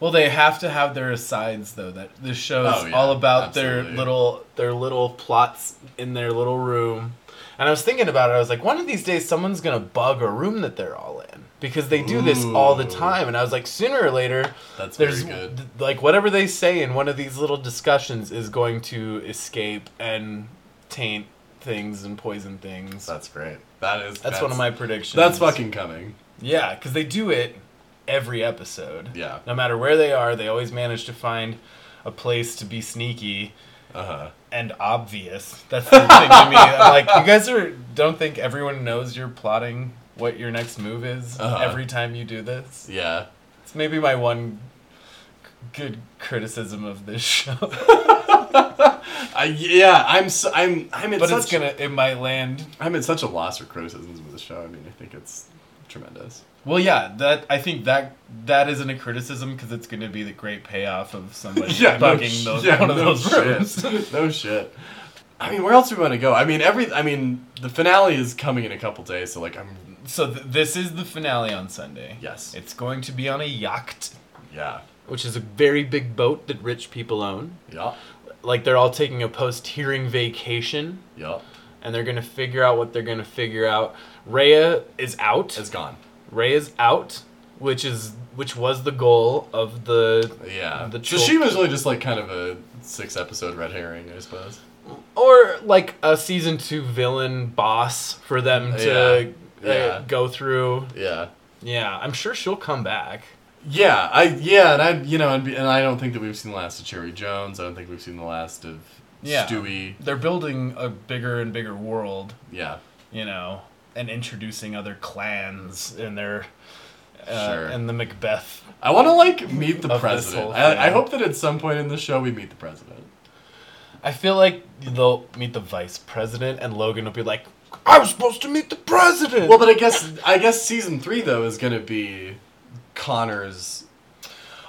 well, they have to have their asides though. That this show's
Oh, yeah,
all about
absolutely.
their little their little plots in their little room. And I was thinking about it. I was like, one of these days, someone's gonna bug a room that they're all in because they do this all the
Ooh.
time. And I was like, sooner or later,
that's
there's
very good.
th- like whatever they say in one of these little discussions is going to escape and taint things and poison things. That's,
That's great. That is.
one of my predictions.
That's fucking coming.
Yeah, because they do it every episode.
Yeah.
No matter where they are, they always manage to find a place to be sneaky
Uh huh.
and obvious. That's the thing to
(laughs)
me. I'm like, you guys are don't think everyone knows you're plotting what your next move is
Uh-huh.
every time you do this.
Yeah.
It's maybe (laughs) my one g- good criticism of this show.
I, yeah, I'm s I'm I'm at
But
such
it's gonna it might land.
I'm at such a loss for criticisms of the show. I mean, I think it's tremendous.
Well, yeah, that I think that that isn't a criticism because it's gonna be the great payoff of somebody bugging
no,
those,
sh- (laughs) yeah,
one of
no
those rooms. (laughs)
shit. (laughs) no shit. I mean, where else do we want to go? I mean, every I mean, the finale is coming in a couple days, so like I'm
So th- this is the finale on Sunday.
Yes.
it's going to be on a yacht,
yeah.
Which is a very big boat that rich people own.
Yeah.
Like they're all taking a post-hearing vacation,
Yeah.
and they're gonna figure out what they're gonna figure out. Rhea is out.
It's gone.
Ray is out, which is which was the goal of the
Yeah.
The
so
chul-
she was really just like kind of a six episode red herring, I suppose.
or like a season two villain boss for them to
Yeah. Yeah.
Uh, go through.
Yeah.
Yeah, I'm sure she'll come back.
Yeah, I yeah, and I you know, and, be- and I don't think that we've seen the last of Cherry Jones. I don't think we've seen the last of
Yeah.
Stewie.
They're building a bigger and bigger world,
Yeah,
you know, and introducing other clans in their uh,
sure.
in the Macbeth.
I want to like meet the
Of this
president.
whole
I, I
thing.
hope that at some point in the show we meet the president.
I feel like they'll meet the vice president, and Logan will be like,
I was supposed to meet the president.
Well, but I guess I guess season three though is gonna be Connor's.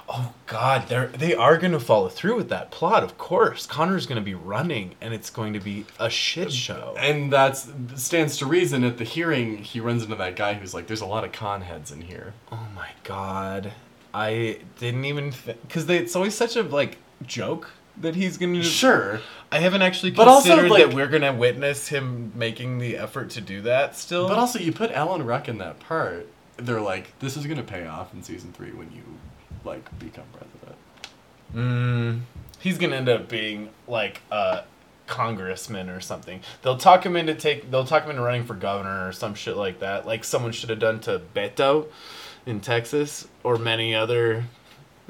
oh God, they're they are gonna follow through with that plot. Of course, Connor's gonna be running, and it's going to be a shit show.
And that's stands to reason at the hearing he runs into that guy who's like, "There's a lot of con heads in here."
Oh my God, I didn't even because they it's always such a like joke that he's gonna
Sure,
I haven't actually
But also,
considered
like-
that we're gonna witness him making the effort to do that still.
but also you put Alan Ruck in that part. They're like, "This is gonna pay off in season three when you like become president."
Mm, he's gonna end up being like a congressman or something. They'll talk him into take. They'll talk him into running for governor or some shit like that. Like someone should have done to Beto in Texas or many other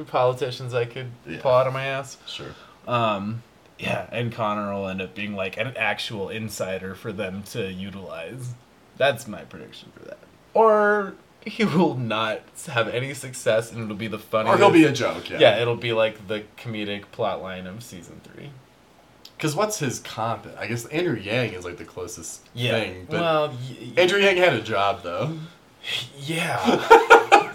politicians I could
Yeah.
pull out of my ass.
Sure.
Um, yeah, and Connor will end up being like an actual insider for them to utilize. That's my prediction for that. Or he will not have any success, and it'll be the funniest.
Or he'll be a joke, yeah.
Yeah, it'll be like the comedic plotline of season three.
Because what's his comp? I guess Andrew Yang is like the closest thing. But
well, y- y-
Andrew Yang had a job though.
yeah.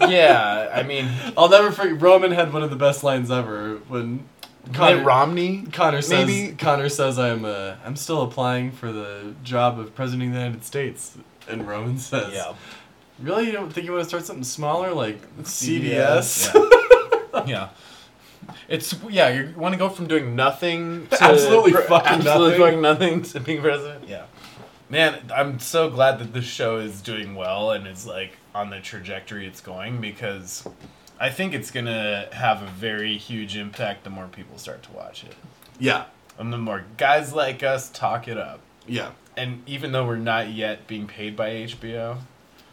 (laughs)
yeah, I mean,
I'll never forget. Roman had one of the best lines ever when Connor,
Mitt Romney.
Connor says
maybe-
Connor says I'm uh, I'm still applying for the job of president of the United States, and Roman says,
Yeah.
"Really, you don't think you want to start something smaller like CVS?"
CBS.
(laughs)
Yeah. yeah. It's yeah. You want to go from doing nothing to
Absolutely fucking
absolutely
nothing.
fucking nothing to being president.
(laughs)
Yeah, man, I'm so glad that this show is doing well and is like on the trajectory it's going because I think it's gonna have a very huge impact the more people start to watch it
yeah,
and the more guys like us talk it up.
yeah,
And even though we're not yet being paid by HBO,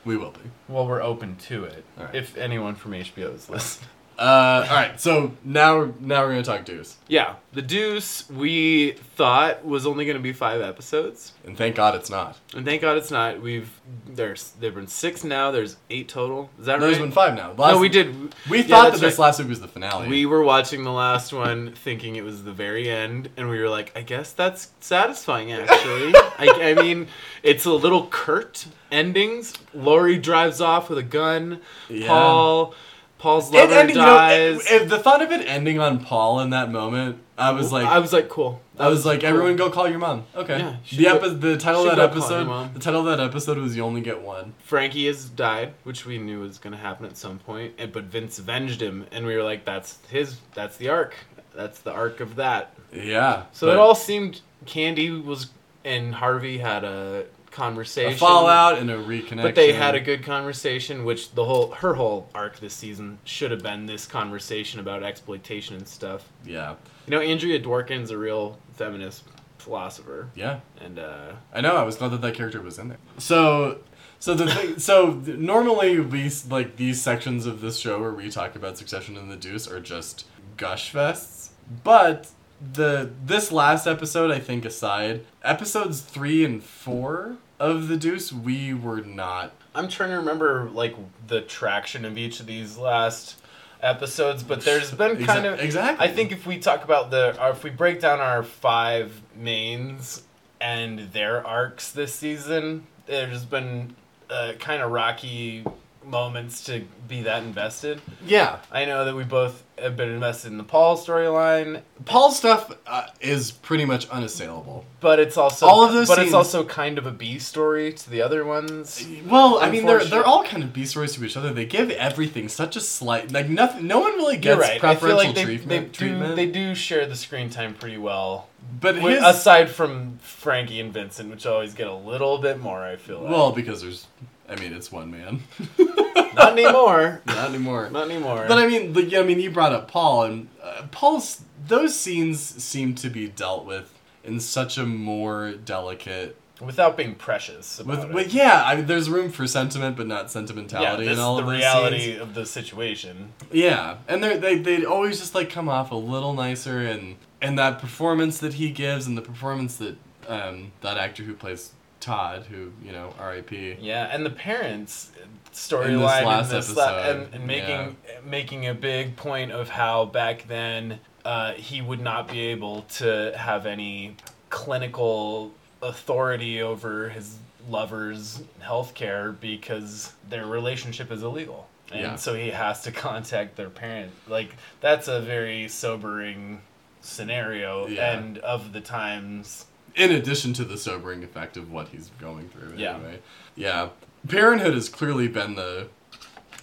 we will be.
well, we're open to it.
All right.
If anyone from HBO is listening.
Uh, all right, so now now we're gonna talk dues,
yeah, the Deuce we thought was only gonna be five episodes.
and thank God it's not.
And thank God it's not. We've there's there've been six now. There's eight total. Is that
No, there's
right?
been five now.
no, we did.
We
yeah,
thought that
that's
this
right.
last week was the finale.
We were watching the last one, thinking it was the very end, and we were like, "I guess that's satisfying."
(laughs)
Actually, I, I mean, it's a little curt endings. Lori drives off with a gun.
Yeah.
Paul, Paul's
and,
lover
and, you know,
dies.
it, it- the thought of it ending on Paul in that moment, I was like,
I was like, "Cool."
I was like, everyone go call your mom. Okay.
Yeah, you
the,
should
epi- the title
should
of that
go call your
episode,
mom.
the title of that episode was "You Only Get One."
Frankie has died, which we knew was going to happen at some point, and, but Vince avenged him, and we were like, "That's his. That's the arc. That's the arc of that."
Yeah.
So it all seemed Candy was and Harvey had a
a
conversation.
fallout and a reconnection.
But they had a good conversation, which the whole her whole arc this season should have been this conversation about exploitation and stuff.
Yeah.
You know, Andrea Dworkin's a real feminist philosopher,
Yeah.
and uh,
I know. I was glad that that character was in there. So, so the thing, so th- normally we s- like these sections of this show where we talk about Succession and the Deuce are just gush fests. But the this last episode, I think aside, episodes three and four of the Deuce, we were not.
I'm trying to remember like the traction of each of these last episodes, but there's been kind
Exa-
of
exactly.
I think if we talk about the, or if we break down our five mains and their arcs this season, there's been uh, kind of rocky moments to be that invested.
Yeah.
I know that we both have been invested in the Paul storyline,
Paul's stuff uh, is pretty much unassailable.
but it's also
All of those
but
scenes-
it's also kind of a B story to the other ones.
Well, I mean, they're
Unfortunate.
they're all kind of B stories to each other. They give everything such a slight like nothing. No one really gets preferential
they,
treatment.
they do
treatment.
they do share the screen time pretty well.
but
Wi-
his,
aside from Frankie and Vincent, which always get a little bit more, I feel like.
well, because there's, I mean, it's one man.
not anymore.
(laughs) Not anymore.
Not anymore.
But I mean, like, yeah, I mean, you brought up Paul, and uh, Paul's those scenes seem to be dealt with in such a more delicate.
Without being precious. About
With,
it.
with yeah, I mean, there's room for sentiment, but not
yeah,
sentimentality
this is
in all
the
of those
reality
scenes.
of the situation.
Yeah, and they they they always just like come off a little nicer, and and that performance that he gives, and the performance that um that actor who plays Todd, who you know, R.I.P.
Yeah, and the parents
In this
storyline
last
in this la-
episode,
and, and making making a big point of how back then uh, he would not be able to have any clinical authority over his lover's healthcare because their relationship is illegal. And
Yeah.
so he has to contact their parent. Like that's a very sobering scenario
Yeah.
and of the times.
in addition to the sobering effect of what he's going through
Yeah.
anyway. Yeah. Parenthood has clearly been the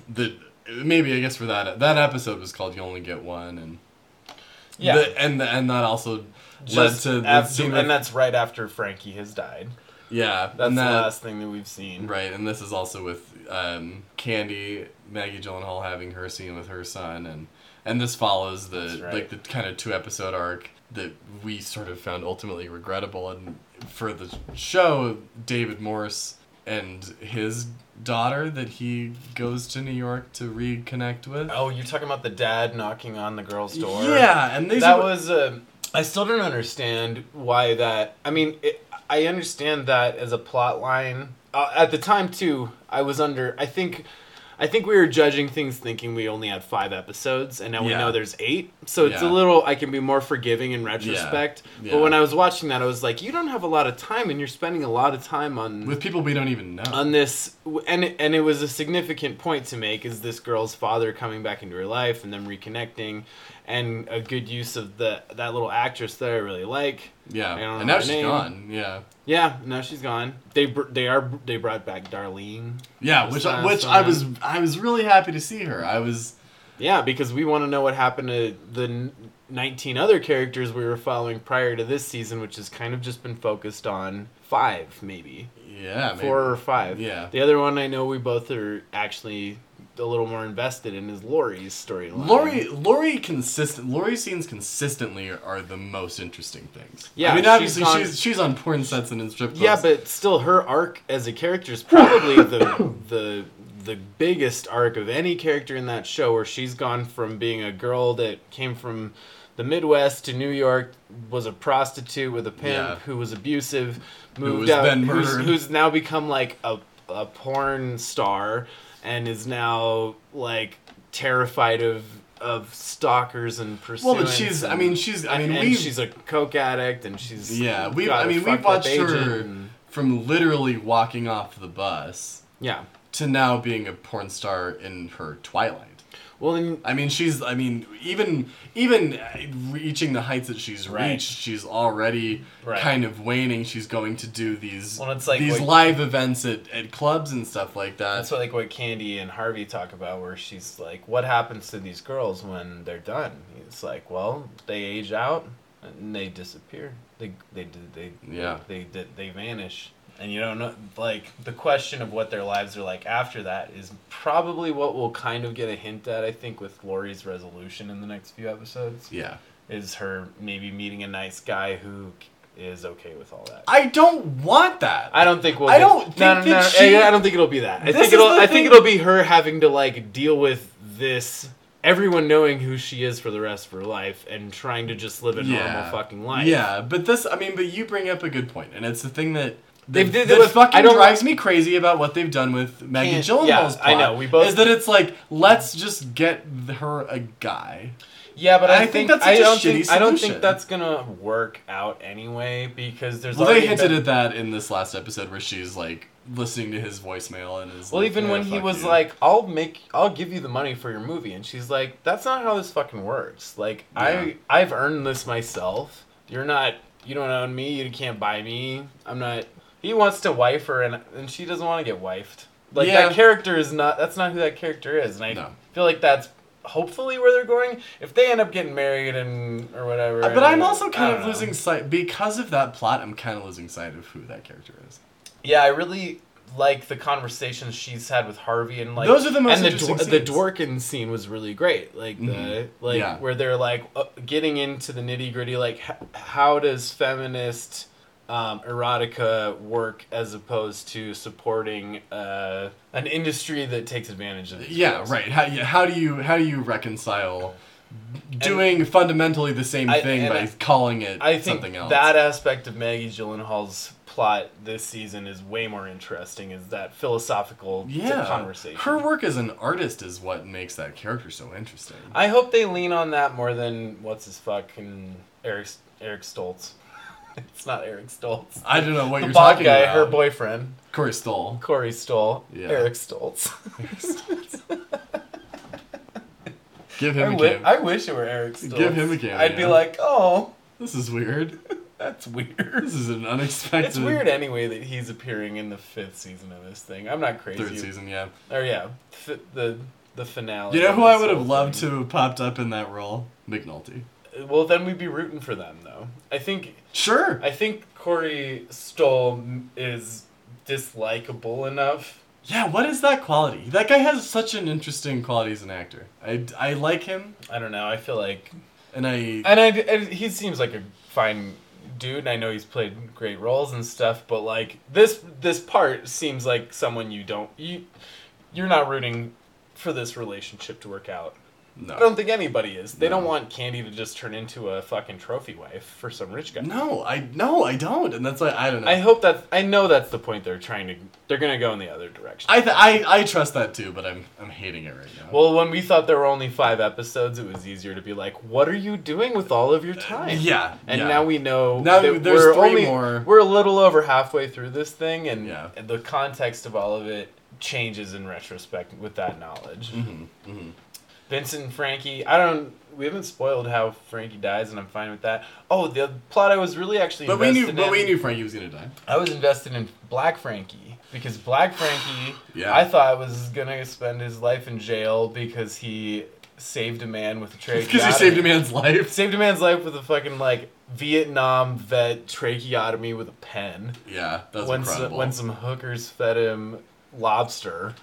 the maybe I guess for that that episode was called You Only Get One and
Yeah.
the, and the, and that also
Just
led to the
after-
scene
and
with-
that's right after Frankie has died.
yeah
That's uh,
and
the
that-
last thing that we've seen.
right and this is also with um, Candy Maggie Gyllenhaal having her scene with her son and and this follows the
That's right.
like the kind of two episode arc that we sort of found ultimately regrettable and for the show David Morse and his daughter that he goes to New York to reconnect with.
Oh, you're talking about the dad knocking on the girl's door.
Yeah, and these
that
are-
was. Uh, I still don't understand why that. I mean, it, I understand that as a plot line. Uh, at the time too, I was under. I think, I think we were judging things thinking we only had five episodes, and now we
Yeah.
know there's eight. So it's
Yeah.
a little. I can be more forgiving in retrospect.
Yeah.
But when I was watching that, I was like, you don't have a lot of time, and you're spending a lot of time on
with people we don't even know.
on this and it- and it was a significant point to make is this girl's father coming back into her life and them reconnecting and a good use of the that little actress that I really like.
yeah.
I don't
And
know
now
her
she's
name.
gone. Yeah.
Yeah, now she's gone. They br- they are they brought back Darlene.
Yeah, which I,
Son,
which I
son.
was I was really happy to see her. I was
Yeah, because we want to know what happened to the n- 19 other characters we were following prior to this season, which has kind of just been focused on 5 maybe.
yeah, maybe.
four or five.
Yeah.
The other one I know we both are actually a little more invested in is Lori's storyline.
Lori, Lori consistent. Lori scenes consistently are the most interesting things.
Yeah,
I mean
she's
obviously she's
on-
she's, on porn sets and in strip clubs.
Yeah, but still, her arc as a character is
(coughs)
probably the the the biggest arc of any character in that show, where she's gone from being a girl that came from the Midwest to New York, was a prostitute with a pimp
Yeah.
who was abusive, moved
was
out,
then
who's,
murdered.
who's now become like a a porn star, and is now like terrified of of stalkers and pursuits.
well, but she's. I mean, she's. I mean,
and
we.
she's a coke addict, and she's
yeah, we.
got
I
a
mean, we
fucked up
watched
agent
her
and-
from literally walking off the bus
yeah.
to now being a porn star in her twilight.
Well, then,
I mean, she's. I mean, even even uh, reaching the heights that she's
Right.
reached, she's already
Right.
kind of waning. She's going to do these
Well, it's like
these
what-
live events at, at clubs and stuff like that.
that's what like what Candy and Harvey talk about, where she's like, "What happens to these girls when they're done?" It's like, well, they age out and they disappear. They they d- they
Yeah.
they they, they vanish. And you don't know, like, the question of what their lives are like after that is probably what we'll kind of get a hint at, I think, with Lori's resolution in the next few episodes.
Yeah.
Is her maybe meeting a nice guy who is okay with all that.
I don't want that.
I don't think we'll.
I
get-
don't think
no, no, no,
that she-
I, I don't think it'll be that. I
This
think
is
it'll.
the
I
thing-
think it'll be her having to like deal with this. Everyone knowing who she is for the rest of her life and trying to just live a normal fucking life.
Yeah, but this, I mean, but you bring up a good point, and it's the thing that The,
They've did
the
it with-
fucking
I don't-
drives me crazy about what they've done with Maggie
Can't-
Gyllenhaal's
yeah,
plot.
I know, we both-
is that it's like let's just get her a guy.
Yeah, but
I
I,
think
think,
that's
I
such a
don't
shitty
think I don't
solution.
think that's gonna work out anyway because there's
Well, they
already
hinted
been-
at that in this last episode where she's like listening to his voicemail and is.
Well,
like,
even
"Yeah,
when he
fuck
was
you."
like, "I'll make, I'll give you the money for your movie," and she's like, "That's not how this fucking works. Like,
Yeah.
I, I've earned this myself. You're not, you don't own me. You can't buy me. I'm not." He wants to wife her, and and she doesn't want to get wifed. Like
Yeah.
that character is not. That's not who that character is, and I
No.
feel like that's hopefully where they're going. If they end up getting married and or whatever,
Uh, But I'm also
I
kind of
don't know.
losing sight because of that plot. I'm kind of losing sight of who that character is.
Yeah, I really like the conversations she's had with Harvey and like
Those are the most
and the,
interesting
the
scenes.
Dworkin scene was really great. Like
Mhm.
the like
Yeah.
where they're like uh, getting into the nitty gritty. Like h- how does feminist um, erotica work as opposed to supporting uh, an industry that takes advantage of these
Yeah,
girls?
right. How, yeah, how do you how do you reconcile doing fundamentally the same
I-
thing
and
by
I-
calling it
I think
something else?
that aspect of Maggie Gyllenhaal's plot this season is way more interesting. Is that philosophical
yeah,
conversation?
Her work as an artist is what makes that character so interesting.
I hope they lean on that more than what's his fucking Eric Eric Stoltz. (laughs) it's not Eric Stoltz.
I don't know what
The
you're
bald
talking
guy,
about.
her boyfriend,
Corey Stoll.
Corey Stoll,
Yeah.
Eric Stoltz.
(laughs) Give
I, (laughs)
him a
wi-
cam-
I wish it were Eric Stoltz.
Give him a cameo.
I'd be like, oh,
This is weird.
(laughs) that's weird.
This is an unexpected.
It's weird anyway that he's appearing in the fifth season of this thing. I'm not crazy.
Third season, yeah.
Or yeah, fi- the the finale.
You know
of
who I
this
would have
whole
loved
thing.
to have popped up in that role? McNulty.
Well, then we'd be rooting for them though. I think
Sure.
I think Corey Stoll is dislikable enough.
Yeah, what is that quality? That guy has such an interesting quality as an actor. I, I like him,
I don't know. I feel like,
and I.
and I, and he seems like a fine dude, and I know he's played great roles and stuff. But like this, this part seems like someone you don't you, you're not rooting for this relationship to work out.
no.
I don't think anybody is. They don't
No.
want Candy to just turn into a fucking trophy wife for some rich guy.
no, I no, I don't, and that's why I don't know.
I hope that I know that's the point they're trying to. They're gonna go in the other direction.
I, th- I I trust that too, but I'm I'm hating it right now.
Well, when we thought there were only five episodes, it was easier to be like, "What are you doing with all of your time?"
Uh, yeah,
And
yeah.
now we know.
Now
that
there's
we're
three
only,
more.
We're a little over halfway through this thing, and
Yeah.
and the context of all of it changes in retrospect with that knowledge.
Mm-hmm,
Vincent and Frankie, I don't. We haven't spoiled how Frankie dies, and I'm fine with that. Oh, the plot I was really actually.
but we knew,
invested
but we
in-
knew Frankie was gonna die.
I was invested in Black Frankie because Black Frankie,
(sighs) Yeah.
I thought was gonna spend his life in jail because he saved a
(laughs)
man with a tracheotomy.
Because he saved a man's (laughs) life.
Saved a man's life with a fucking like Vietnam vet tracheotomy with a pen.
Yeah, that's
when
incredible.
some, when some hookers fed him
(laughs)
lobster.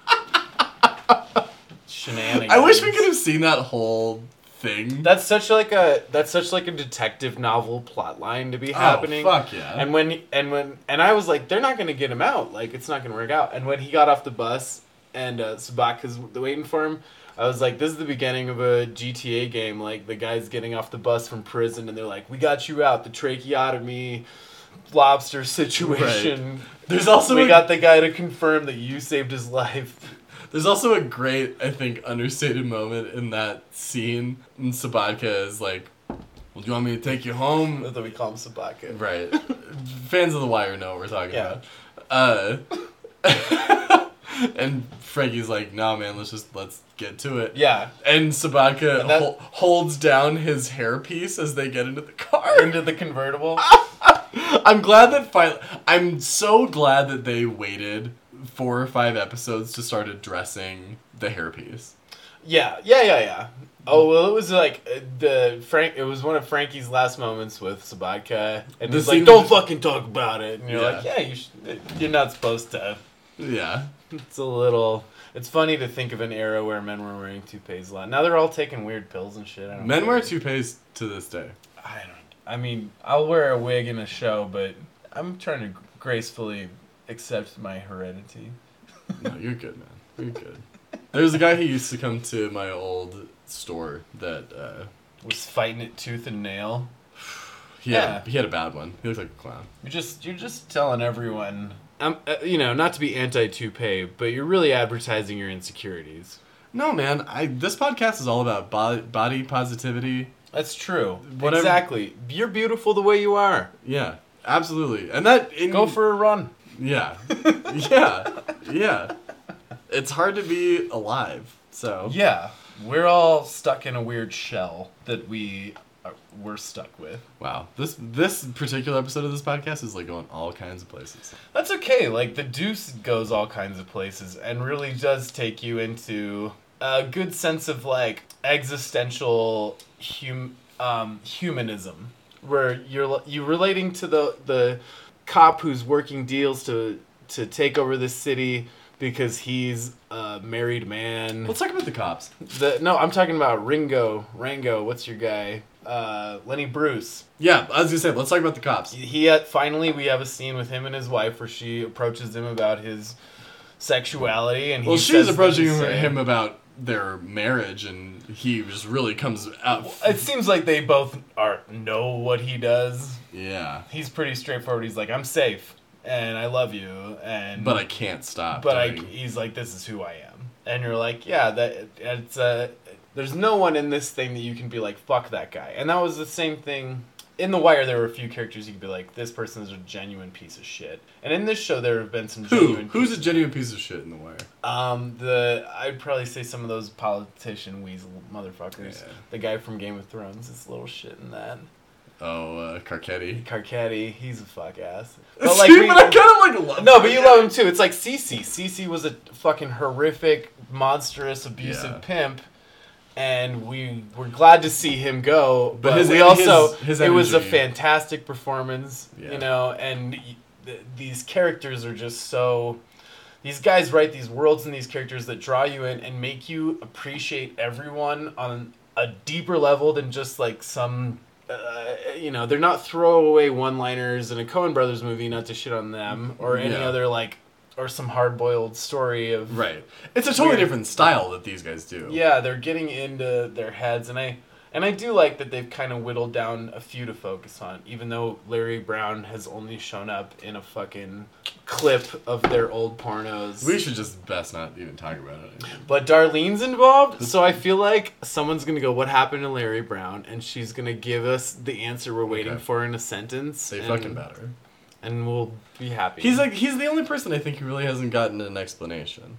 Shenanigans.
I wish we could have seen that whole thing.
That's such like a that's such like a detective novel plot line to be happening.
Oh, fuck yeah.
And when and when and I was like, they're not gonna get him out. Like it's not gonna work out. And when he got off the bus and uh, Sabaka's waiting for him, I was like, this is the beginning of a GTA game. Like the guy's getting off the bus from prison, and they're like, we got you out. The tracheotomy lobster situation.
There's also
we
a-
got the guy to confirm that you saved his (laughs) life.
There's also a great, I think, understated moment in that scene. And Sabatka is like, Well, do you want me to take you home?
(laughs) That's what we call him Sabaka.
Right. Fans of The Wire know what we're talking
Yeah.
about. Uh, (laughs) and Frankie's like, Nah, man, let's just, let's get to it.
Yeah.
And Sabatka
And that-
hol- holds down his hairpiece as they get into the car.
Into the
Ah!
convertible.
I'm glad that finally. I'm so glad that they waited four or five episodes to start addressing the hairpiece.
Yeah, yeah, yeah, yeah. Oh well, it was like uh, the Frank. It was one of Frankie's last moments with Sabatka, and
The
he's
scene
like, "Don't
with-
fucking talk about it." And you're like,
Yeah.
"Yeah, you should, you're not supposed to."
Yeah.
It's a little. It's funny to think of an era where men were wearing toupees a lot. Now they're all taking weird pills and shit. I don't
Men
care.
wear toupees to this day.
I don't. I mean, I'll wear a wig in a show, but I'm trying to gracefully accept my heredity.
No, you're good, man. You're good. There's a guy who used to come to my old store that uh,
Was fighting it tooth and nail.
He had,
Yeah.
he had a bad one. He looked like a clown.
You're just you're just telling everyone.
I'm, uh, you know, not to be anti-toupee, but you're really advertising your insecurities.
No, man. I this podcast is all about bo- body positivity.
That's true.
Whatever-
Exactly. You're beautiful the way you are.
Yeah, absolutely. And that in,
Go for a run.
yeah, (laughs) yeah, yeah. It's hard to be alive. So
Yeah, we're all stuck in a weird shell that we are, we're stuck with.
wow, this this particular episode of this podcast is like going all kinds of places.
That's okay. Like the deuce goes all kinds of places and really does take you into a good sense of like existential hum- um, humanism,
Where you're you relating to the the cop who's working deals to to take over this city because he's a married man.
Let's talk about the cops.
The, no, I'm talking about Ringo. Rango, what's your guy? Uh, Lenny Bruce.
Yeah, I was gonna say let's talk about the cops.
he uh, finally we have a scene with him and his wife where she approaches him about his sexuality and he
Well,
says
she's
that
approaching
he's
uh,
her-
gay.
him about their marriage, and he just really comes out.
It seems like they both are know what he does.
yeah,
He's pretty straightforward. He's like, "I'm safe and I love you," and
but I can't stop.
but I,
doing-
he's like, "This is who I am," and you're like, "Yeah, that it's uh, a."
There's no one in this thing that you can be like, fuck that guy. And that was the same thing. In The Wire, there were a few characters you could be like, this person is a genuine piece of shit. And in this show, there have been some
who
genuine.
who's a
pieces-
genuine piece of shit in the wire?
Um, the I'd probably say some of those politician weasel motherfuckers.
Yeah.
The guy from Game of Thrones is a little shit in that.
Oh, uh, Carcetti.
Carcetti, he's a fuck ass.
But (laughs)
But like, we-
kind of like love.
No, but you love him too. It's like Cece. Cece was a fucking horrific, monstrous, abusive
Yeah.
pimp, and we were glad to see him go. But,
his-
we also
his- his
it was a
energy-
fantastic performance,
Yeah.
you know. And y- th- these characters are just so. These guys write these worlds and these characters that draw you in and make you appreciate everyone on a deeper level than just like some. Uh, you know, they're not throwaway one-liners in a Coen Brothers movie. Not to shit on them or any
Yeah.
other like or some hard-boiled story of
Right. It's a totally
Weird.
different style that these guys do.
yeah they're getting into their heads and i and i do like that they've kind of whittled down a few to focus on even though larry brown has only shown up in a fucking clip of their old pornos
We should just best not even talk about it.
but darlene's involved so i feel like someone's gonna go what happened to larry brown and she's gonna give us the answer we're waiting
Okay.
for in a sentence
They
and,
fucking better.
and we'll be happy
He's like he's the only person I think who really hasn't gotten an explanation.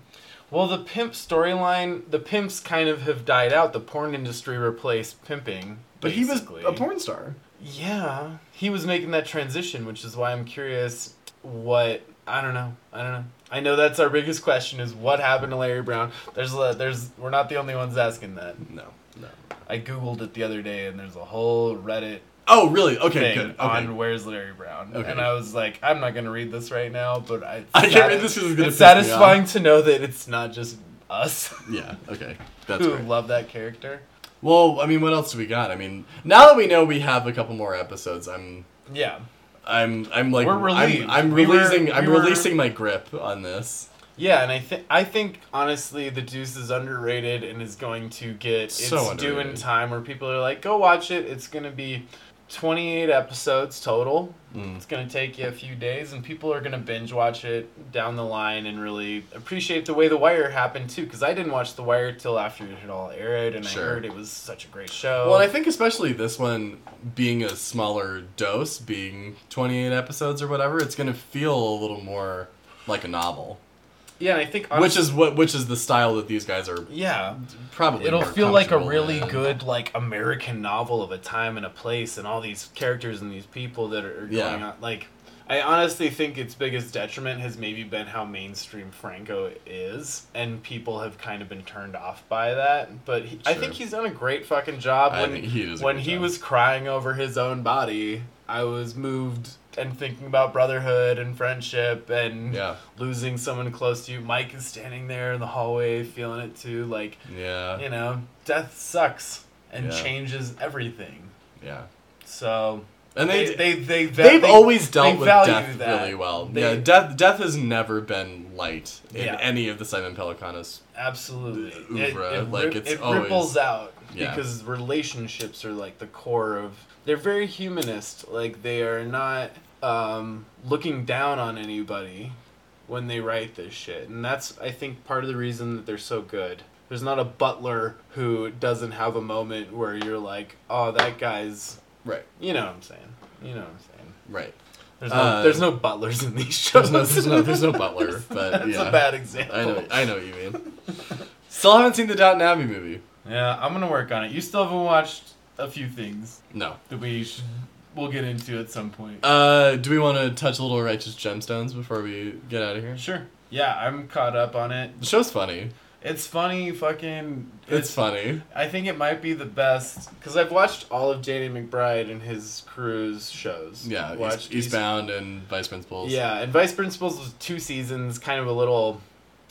Well, the pimp storyline, the pimps kind of have died out. The porn industry replaced pimping.
But he was
basically.
a porn star.
Yeah, he was making that transition, which is why I'm curious what I don't know. I don't know. I know that's our biggest question is what happened to Larry Brown. There's a, there's we're not the only ones asking that.
No, no.
I googled it the other day and there's a whole Reddit
Oh, really? Okay,
thing
good. Okay.
on where's Larry Brown.
Okay.
And I was like, I'm not going to read this right now, but I
I can't read this 'cause it's gonna
It's
piss me off.
satisfying to know that it's not just us
yeah. Okay. That's
who
great.
love that character.
Well, I mean, what else do we got? I mean, now that we know we have a couple more episodes, I'm,
Yeah.
I'm, I'm like,
We're
I'm,
relieved.
I'm
We were-
releasing, I'm
we were-
releasing my grip on this.
Yeah, and I think I think honestly, the Deuce is underrated and is going to get
So
its due in
underrated.
time, where people are like, "Go watch it." It's going to be twenty eight episodes total.
Mm.
It's going to take you a few days, and people are going to binge watch it down the line and really appreciate the way The Wire happened too. Because I didn't watch The Wire till after it had all aired, and
Sure.
I heard it was such a great show.
Well, and I think especially this one being a smaller dose, being 28 episodes or whatever, it's going to feel a little more like a novel,
yeah, and I think
which is what which is the style that these guys are
yeah.
probably.
It'll
more
feel like a
comfortable
really
in.
good like American novel of a time and a place and all these characters and these people that are going
Yeah.
on. Like, I honestly think its biggest detriment has maybe been how mainstream Franco is, and people have kind of been turned off by that. But he, I
Sure.
think he's done a great fucking job.
I
When
think he does a
when
good
he
job.
was crying over his own body, I was moved and thinking about brotherhood and friendship and
Yeah.
losing someone close to you. Mike is standing there in the hallway feeling it too. Like
Yeah.
you know, death sucks and
Yeah.
changes everything.
Yeah.
So
And they, they,
they, they,
have
they-
always
they
dealt with
value
death
that.
really well.
They-
yeah, death death has never been light in
Yeah.
any of the Simon Pelicano's.
Absolutely.
oeuvre,
It, it,
like,
rip-
it's
it
always-
ripples out.
Yeah.
because relationships are like the core of. They're very humanist. Like they are not um, looking down on anybody when they write this shit, and that's I think part of the reason that they're so good. There's not a butler who doesn't have a moment where you're like, oh, that guy's.
Right.
You know what I'm saying. You know what I'm saying.
Right.
There's no,
Uh,
there's no butlers in these
(laughs)
shows.
There's no, there's no, there's no butler, but
(laughs) That's
yeah.
a bad example.
I know, I know what you mean. Still haven't seen the Downton Abbey movie.
Yeah, I'm gonna work on it. You still haven't watched a few things
No.
that we should we'll get into at some point.
Uh, do we want to touch a little Righteous Gemstones before we get out of here?
Sure. Yeah, I'm caught up on it.
The show's funny.
It's funny, fucking.
It's, funny.
I think it might be the best because I've watched all of Danny McBride and his cruise shows.
Yeah,
watched
East, Eastbound and Vice Principals.
Yeah, and Vice Principals was two seasons, kind of a little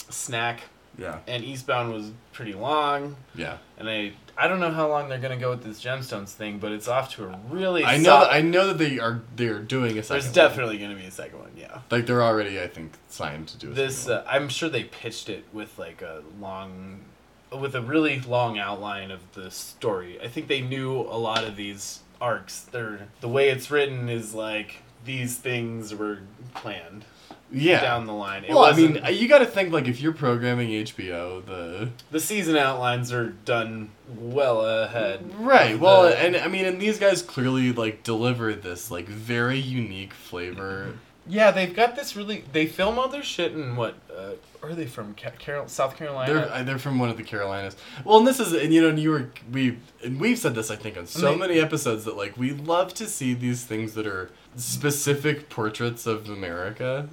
snack,
Yeah.
and Eastbound was pretty long.
Yeah.
And I I don't know how long they're gonna go with this gemstones thing, but it's off to a really.
I know.
solid-
That, I know that they are. They're doing a second.
There's
one.
definitely gonna be a second one. Yeah.
like they're already. I think signed to do a
This
second
uh, I'm sure they pitched it with like a long, with a really long outline of the story. I think they knew a lot of these arcs. They're the way it's written is like these things were planned
one. yeah.
down the line. It
well, I
wasn't-
mean, you got to think like if you're programming HBO, the
the season outlines are done well ahead.
Right. Well,
the-
and I mean, and these guys clearly like delivered this like very unique
Mm-hmm.
flavor.
Yeah, they've got this really. They film all their shit in what? Uh, are they from Ca- Carol, South Carolina?
They're uh, they're from one of the Carolinas. Well, and this is and you know and you were we and we've said this I think on so
they-
many episodes that like we love to see these things that are specific portraits of America.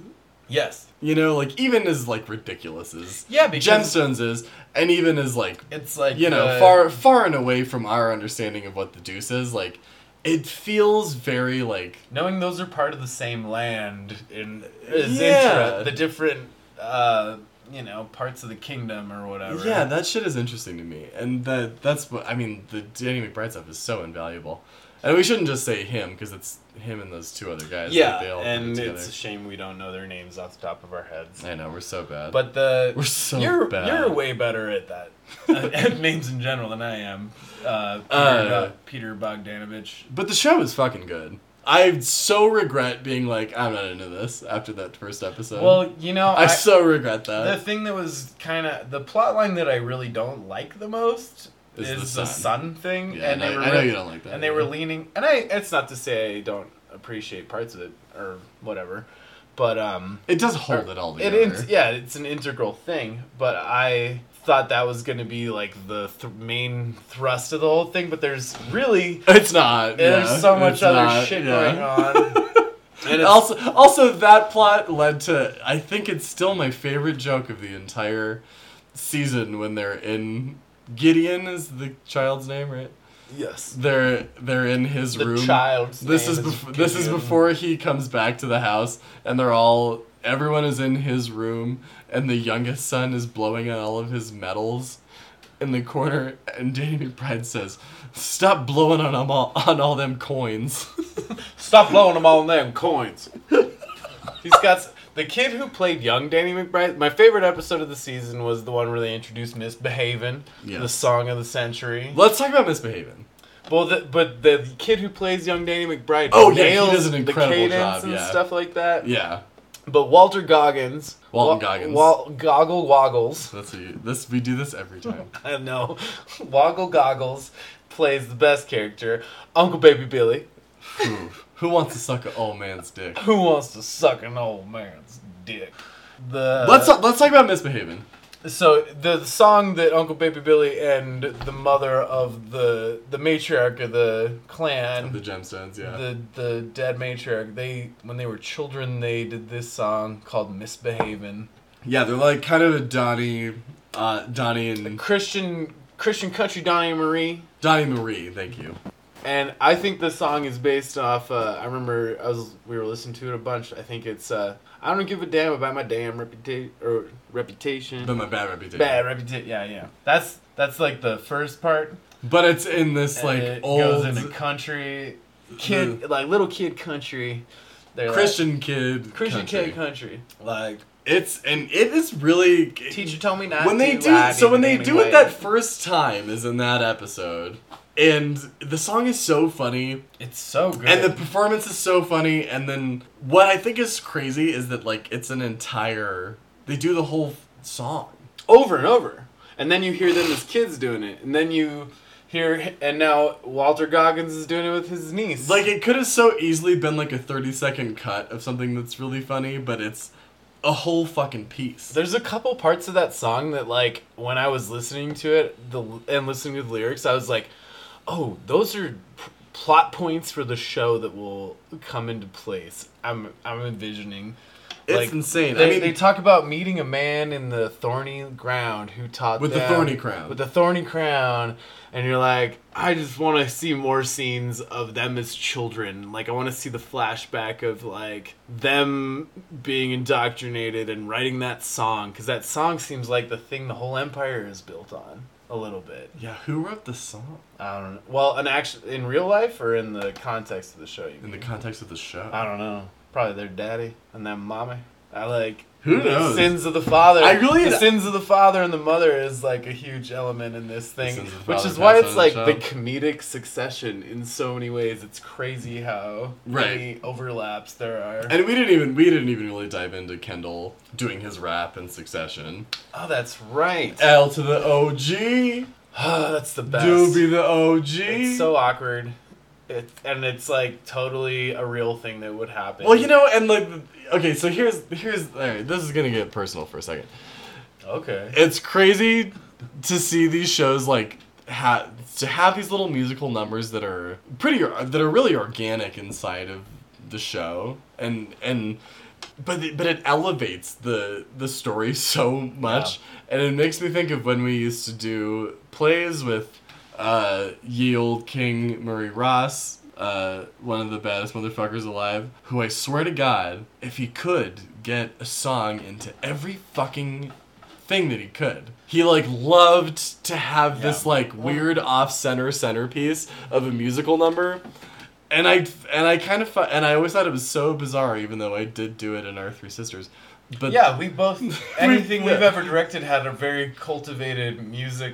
yes.
You know, like even as like ridiculous as
Yeah, because-
gemstones is, and even as like
It's like uh,
you know,
the-
far far and away from our understanding of what the deuce is, like it feels very like
knowing those are part of the same land in is
Yeah.
intra- the different uh, you know parts of the kingdom or whatever.
Yeah, that shit is interesting to me, and that that's what I mean. The Danny McBride stuff is so invaluable, and we shouldn't just say him because it's him and those two other guys. like,
yeah,
they all did it
and
together.
it's a shame we don't know their names off the top of our heads.
I know we're so bad,
But the
We're so
you're
bad.
you're way better
(laughs)
at that uh, at names in general than I am. Uh, Peter,
Uh,
Peter Bogdanovich.
but the show is fucking good. I so regret being like I'm not into this after that first episode.
Well, you know,
I, so regret
the
that.
thing that was kind of the plot line that I really don't like the most
Is
is,
the
the,
sun.
sun. thing,
Yeah,
and
I-
they were
I know
re-
you don't like that,
And they were
yeah.
leaning, and I. It's not to say I don't appreciate parts of it or whatever, but um,
it does hold it all
it
together.
is yeah, it's an integral thing. But I thought that was going to be like the th- main thrust of the whole thing, but there's really
It's not.
there's
yeah,
so much
it's
other
not,
shit
yeah.
going on.
(laughs)
And it's-
also, also that plot led to I think it's still my favorite joke of the entire season when they're in Gideon is the child's name, right?
yes,
They're they're in his
the
room.
child's
this
name
is, bef- this is
Gideon.
before he comes back to the house, and they're all everyone is in his room, and the youngest son is blowing on all of his medals. In the corner, and Danny McBride says, "Stop blowing on 'em all on all them coins." (laughs)
Stop blowing them all in them coins. He's got s- the kid who played young Danny McBride. My favorite episode of the season was the one where they introduced Miss Behaven,
Yeah.
the song of the century.
Let's talk about misbehaving.
Well, the, but the kid who plays young Danny McBride,
Oh, yeah, he
nails
does an incredible
the cadence
job,
and
yeah.
stuff like that.
Yeah,
But Walter Goggins,
Walton
Wa-
Goggins.
Wal- Goggle Woggles. (laughs)
That's what you, this we do this every time.
I don't know, (laughs) Woggle Goggles plays the best character, Uncle Baby Billy,
Ooh, Who wants to suck an old man's dick?
who wants to suck an old man's dick. The
Let's talk, let's talk about misbehaving.
So the song that Uncle Baby Billy and the mother of the the matriarch of the clan,
The
the,
gemstones, yeah.
the dead matriarch, they when they were children, they did this song called "Misbehavin."
yeah, they're like kind of a Donnie, uh, Donnie and
Christian Christian country Donnie and Marie,
Donnie Marie. Thank you.
and I think this song is based off. Uh, I remember I was we were listening to it a bunch. I think it's uh, I don't give a damn about my damn reputation or reputation.
But my bad reputation.
Bad reputation. Yeah, yeah. That's that's like the first part.
But it's in this like
it
old
goes into country kid like little kid country they're like,
Christian kid.
christian
country.
kid country like
It's and it is really
Teacher told me not
when
to.
they do
I
so
didn't
when they do
anyway.
it that first time is in that episode and the song is so funny
It's so good.
and the performance is so funny and then what i think is crazy is that like it's an entire they do the whole song
over and over. And then you hear them as kids doing it. And then you hear, and now Walter Goggins is doing it with his niece.
like it could have so easily been like a 30 second cut of something that's really funny but it's a whole fucking piece
There's a couple parts of that song that like when I was listening to it the and listening to the lyrics, I was like, "Oh, those are p- plot points for the show that will come into place." I'm I'm envisioning.
It's insane. I
They,
mean-
they talk about meeting a man in the thorny ground who taught
With the
them-
thorny crown.
with the thorny crown, and you're like, I just want to see more scenes of them as children. Like I want to see the flashback of like them being indoctrinated and writing that song because that song seems like the thing the whole empire is built on a little bit.
yeah who wrote the song
I don't know. Well, an act in real life or in the context of the show, you
in
mean?
the context of the show
I don't know. Probably their daddy and their mommy. I like
Who
the
knows?
sins of the father.
I really-
the sins of the father and the mother is like a huge element in this thing,
sins of the
which
father
is why
passed
it's
on
like
to
the
the
comedic succession in so many ways. It's crazy how
Right.
many overlaps there are.
And we didn't even we didn't even really dive into Kendall doing his rap in Succession.
oh, that's right.
L to the OG.
Oh, (sighs) that's the best.
Do be the OG.
It's so awkward. It, and it's like totally a real thing that would happen.
well, you know, and like, okay, so here's here's all right, this is gonna get personal for a second.
Okay.
It's crazy to see these shows like ha- to have these little musical numbers that are pretty that are really organic inside of the show, and and but it, but it elevates the the story (laughs) so much, and it makes me think of when we used to do plays with uh, ye old King Murray Ross, uh, one of the baddest motherfuckers alive, who I swear to God, if he could get a song into every fucking thing that he could. He like loved to have this like weird off center centerpiece of a musical number. And I and I kind of fu- and I always thought it was so bizarre, even though I did do it in our three sisters. But
Yeah,
(laughs)
we both anything
yeah.
we've ever directed had a very cultivated music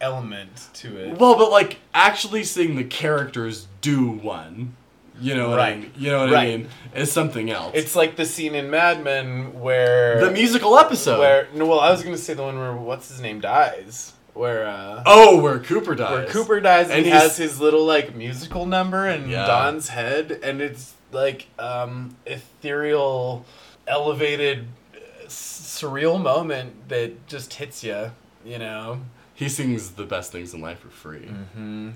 element to it.
Well, but like actually seeing the characters do one, you know what I
Right.
mean? You know what I
Right.
mean? Is something else.
It's like the scene in Mad Men where
the musical episode.
where no, well, I was gonna say the one where what's his name dies, where uh,
oh, where Cooper dies.
where Cooper dies and,
And
he
he's-
has his little like musical number and
Yeah.
Don's head, and it's like um, ethereal, elevated, uh, surreal moment that just hits you, you know.
He sings the best things in life for free.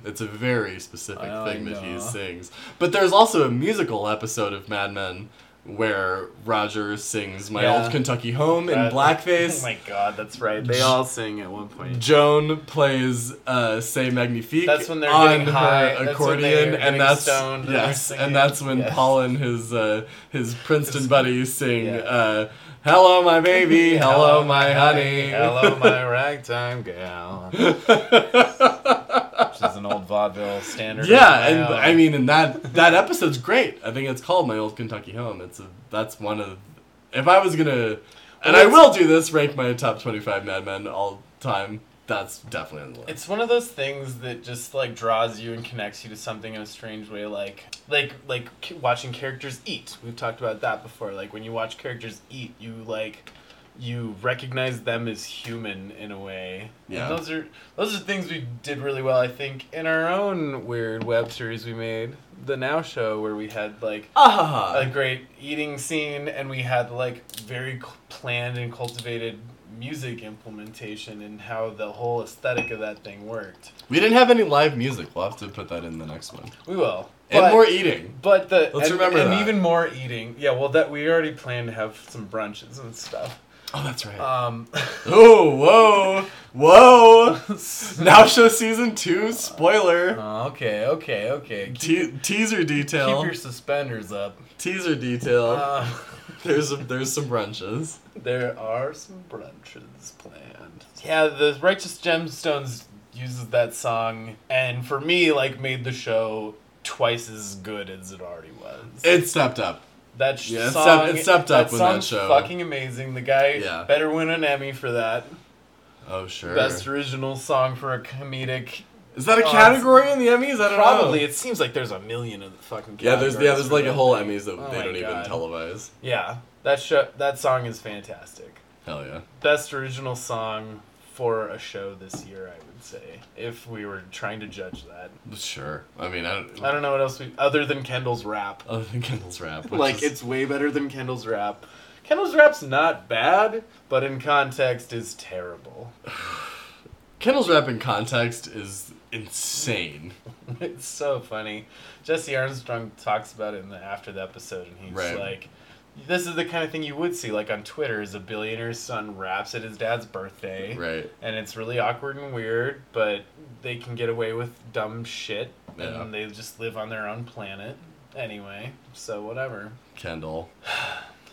It's a very specific
Mm-hmm. Oh, I
thing that
know.
he sings. But there's also a musical episode of Mad Men where Roger sings "My
Yeah.
Old Kentucky Home" in
That- (laughs)
blackface.
Oh my god, that's right. They all sing at one point.
Joan plays uh, "Say Magnifique"
That's when they're
on
getting high.
her
That's when
accordion,
they're getting
and that's
stoned and they're
yes,
singing.
and that's when
Yes.
Paul and his uh, his Princeton buddies sing
Yeah.
uh, "Hello, my
(laughs)
baby, hello, my honey." (laughs)
Hello, (laughs) my ragtime (laughs) gal. Which is an old vaudeville standard.
Yeah, and
of my
I
own.
mean, and that that episode's great. I think it's called "My Old Kentucky Home." It's a that's one of if I was gonna, and I
it's-
will do this rank my top twenty five Mad Men all time. That's definitely on the list.
it's one of those things that just like draws you and connects you to something in a strange way. Like, like, like c- watching characters eat. We've talked about that before. Like when you watch characters eat, you like. You recognize them as human in a way. And
Yeah.
those are those are things we did really well, I think, in our own weird web series we made, the Now Show, where we had like
ah,
a great eating scene and we had like very c- planned and cultivated music implementation and how the whole aesthetic of that thing worked
We didn't have any live music. We'll have to put that in the next one.
we will
and
But-
more eating.
but the
Let's
and,
remember
and
that.
even more eating yeah well that we already planned to have some brunches and stuff
Oh, that's right.
um (laughs)
oh, whoa, whoa! now show season two spoiler.
(laughs) okay okay okay keep,
Te- teaser detail.
Uh, keep your suspenders up
teaser detail.
um,
there's some, there's some brunches.
(laughs) There are some brunches planned. Yeah, the Righteous Gemstones uses that song, and for me, like, made the show twice as good as it already was.
It stepped up.
That sh-
Yeah, it
song,
stepped- it stepped up
that
when that
song's
show-
Fucking amazing. The guy
Yeah.
better win an Emmy for that.
Oh sure.
Best original song for a comedic.
Is that a
Oh,
category in the Emmys? I don't
Probably.
know.
It seems like there's a million of the fucking.
Yeah, there's yeah,
categories
there's
for
like a
that.
whole Emmys that
Oh
they
my
don't even
God.
televise.
Yeah, that show. That song is fantastic.
Hell yeah.
Best original song for a show this year, I would say, if we were trying to judge that.
Sure. I mean, I don't.
I don't know what else we other than Kendall's rap.
Other than Kendall's rap, which
like
is-
it's way better than Kendall's rap. Kendall's rap's not bad, but in context is terrible. (laughs)
Kendall's rap in context is insane.
It's so funny. Jesse Armstrong talks about it in the after the episode, and he's
Right.
like, "This is the kind of thing you would see like on Twitter: is a billionaire's son raps at his dad's birthday,
Right.
and it's really awkward and weird, but they can get away with dumb shit,
Yeah.
and they just live on their own planet anyway. So whatever.
Kendall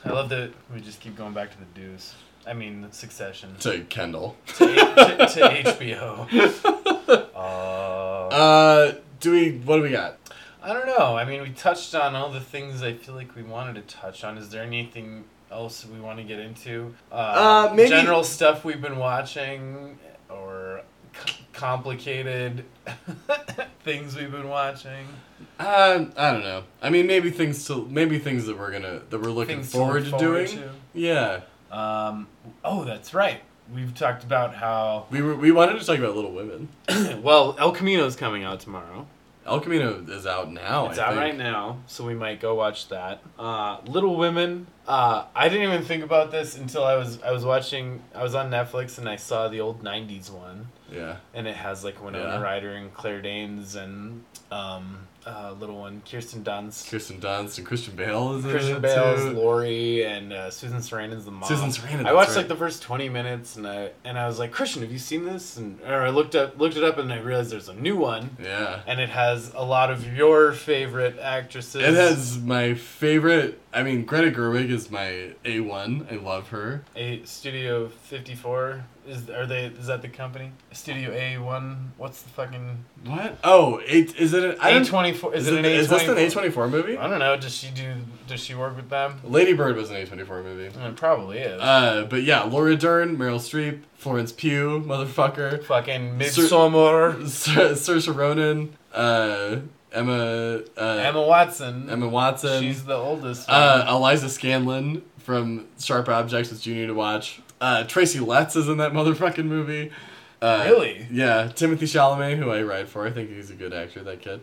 I love that we just keep going back to the deuce. I
(laughs)
mean, Succession to,
to Kendall. (laughs)
to, to HBO. Uh,
Uh, do we? What do we got?
I don't know. I mean, we touched on all the things I feel like we wanted to touch on. Is there anything else we want to get into? Uh,
Uh, maybe-
general stuff we've been watching, or c- complicated (laughs) things we've been watching.
Uh, I don't know. I mean, maybe things to maybe things that we're gonna that we're looking
Things to look
forward to
forward
doing. Yeah,
to. Um, oh, that's right. We've talked about how (clears throat)
we were we wanted to talk about Little Women.
well El Camino's coming out tomorrow.
El Camino is out now.
It's
Oh, I
out
think.
right now, so we might go watch that. Uh, Little Women. Uh, I didn't even think about this until I was I was watching I was on Netflix and I saw the old '90s one,
Yeah,
and it has like Winona
Yeah.
Ryder and Claire Danes and um, uh, little one Kirsten Dunst,
Kirsten Dunst and Christian Bale is in
Christian
it
Bale's
too.
Laurie, and uh, Susan Sarandon's the mom.
Susan Sarandon,
I
that's
watched
right.
like the first twenty minutes, and I and I was like, Christian, have you seen this? And or I looked up looked it up, and I realized there's a new one.
Yeah,
And it has a lot of your favorite actresses.
it has my favorite. I mean, Greta Gerwig is my a one. I love her.
A Studio Fifty Four is are they is that the company Studio A One? What's the fucking
What? Oh, eight is it? An, I
A
don't-
twenty four? Is
Is,
it an A
is this an
twenty
A
four?
twenty four movie?
I don't know. Does she do? Does she work with them?
Lady Bird was an A twenty four movie.
It probably is.
Uh, but yeah, Laura Dern, Meryl Streep, Florence Pugh, motherfucker,
fucking
Sir-
Midsummer.
Sir, Saoirse Ronan, uh, Emma, uh, Emma,
Emma Watson.
Watson,
She's the oldest.
uh, Eliza Scanlon from Sharp Objects is Junior to watch. Uh, Tracy Letts is in that motherfucking movie. Uh,
Really?
Yeah, Timothy Chalamet, who I ride for. I think he's a good actor. That kid.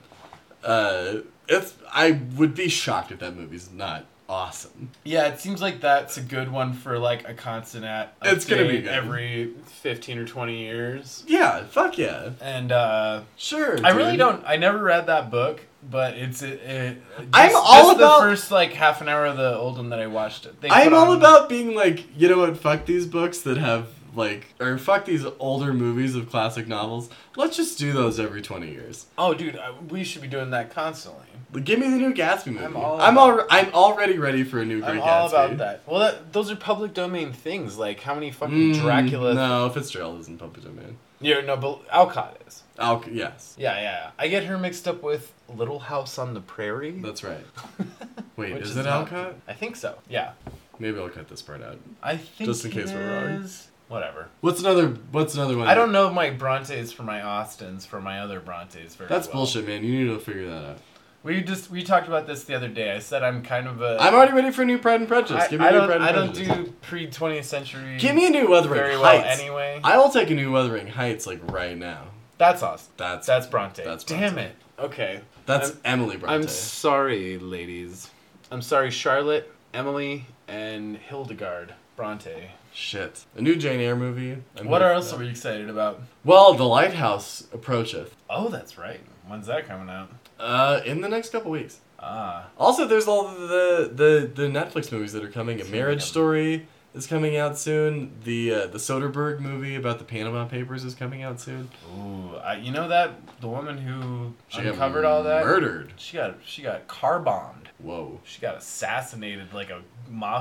Uh, it's I would be shocked if that movie's not awesome.
yeah, it seems like that's a good one for like a constant at.
It's gonna be
update
good.
every fifteen or twenty years.
Yeah, fuck yeah,
And uh,
sure.
I really
dude.
don't. I never read that book, but it's it. it just-
I'm all
just
about-
the first like half an hour of the old one that I watched. They
I'm
put
all
on-
about being like, you know what, fuck these books that have like or fuck these older movies of classic novels. Let's just do those every 20 years.
Oh, dude, I, we should be doing that constantly.
Like, give me the new Gatsby movie. I'm
I'm all
I'm,
about-
al- I'm already ready for a new Great
I'm all
Gatsby.
about that. Well, that, those are public domain things. Like how many fucking
Mm,
Dracula?
No, Fitzgerald isn't Puppet Domain.
Yeah, no, but Alcott is.
Oh, yes.
Yeah, yeah, yeah. I get her mixed up with Little House on the Prairie.
That's
(laughs)
right. Wait,
which
is it
not-
Alcott?
I think so. Yeah,
Maybe I'll cut this part out.
I think
Just in case
it
we're wrong.
is. Whatever.
What's another what's another one?
I don't know my Brontes for my Austins for my other Brontes very
That's
well.
bullshit, man. You need to figure that out.
We just we talked about this the other day. I said I'm kind of a.
I'm already ready for a new Pride and Prejudice.
I,
Give me
I
a new
don't.
Pride and
I don't
Prejudice.
do pre 20th century.
Give me a new Wuthering
very well
Heights.
anyway.
I'll take a new Wuthering Heights like right now.
That's awesome.
That's that's,
That's Bronte.
That's
Damn
Bronte.
it. Okay. I'm,
Emily
I'm
Bronte.
sorry, ladies. I'm sorry, Charlotte, Emily, and Hildegard Bronte.
Shit, a new Jane Eyre movie. I'm
what
here
are
for
else
that.
are we excited about?
Well, The Lighthouse approacheth
Oh, that's right. When's that coming out?
uh, in the next couple weeks.
Ah,
Also, there's all the the, the Netflix movies that are coming. A Marriage
yeah.
Story is coming out soon. The uh, the Soderbergh movie about the Panama Papers is coming out soon.
ooh, I, you know that the woman who
She got
uncovered all that.
Murdered.
She got she got car bombed.
Whoa.
She got assassinated like a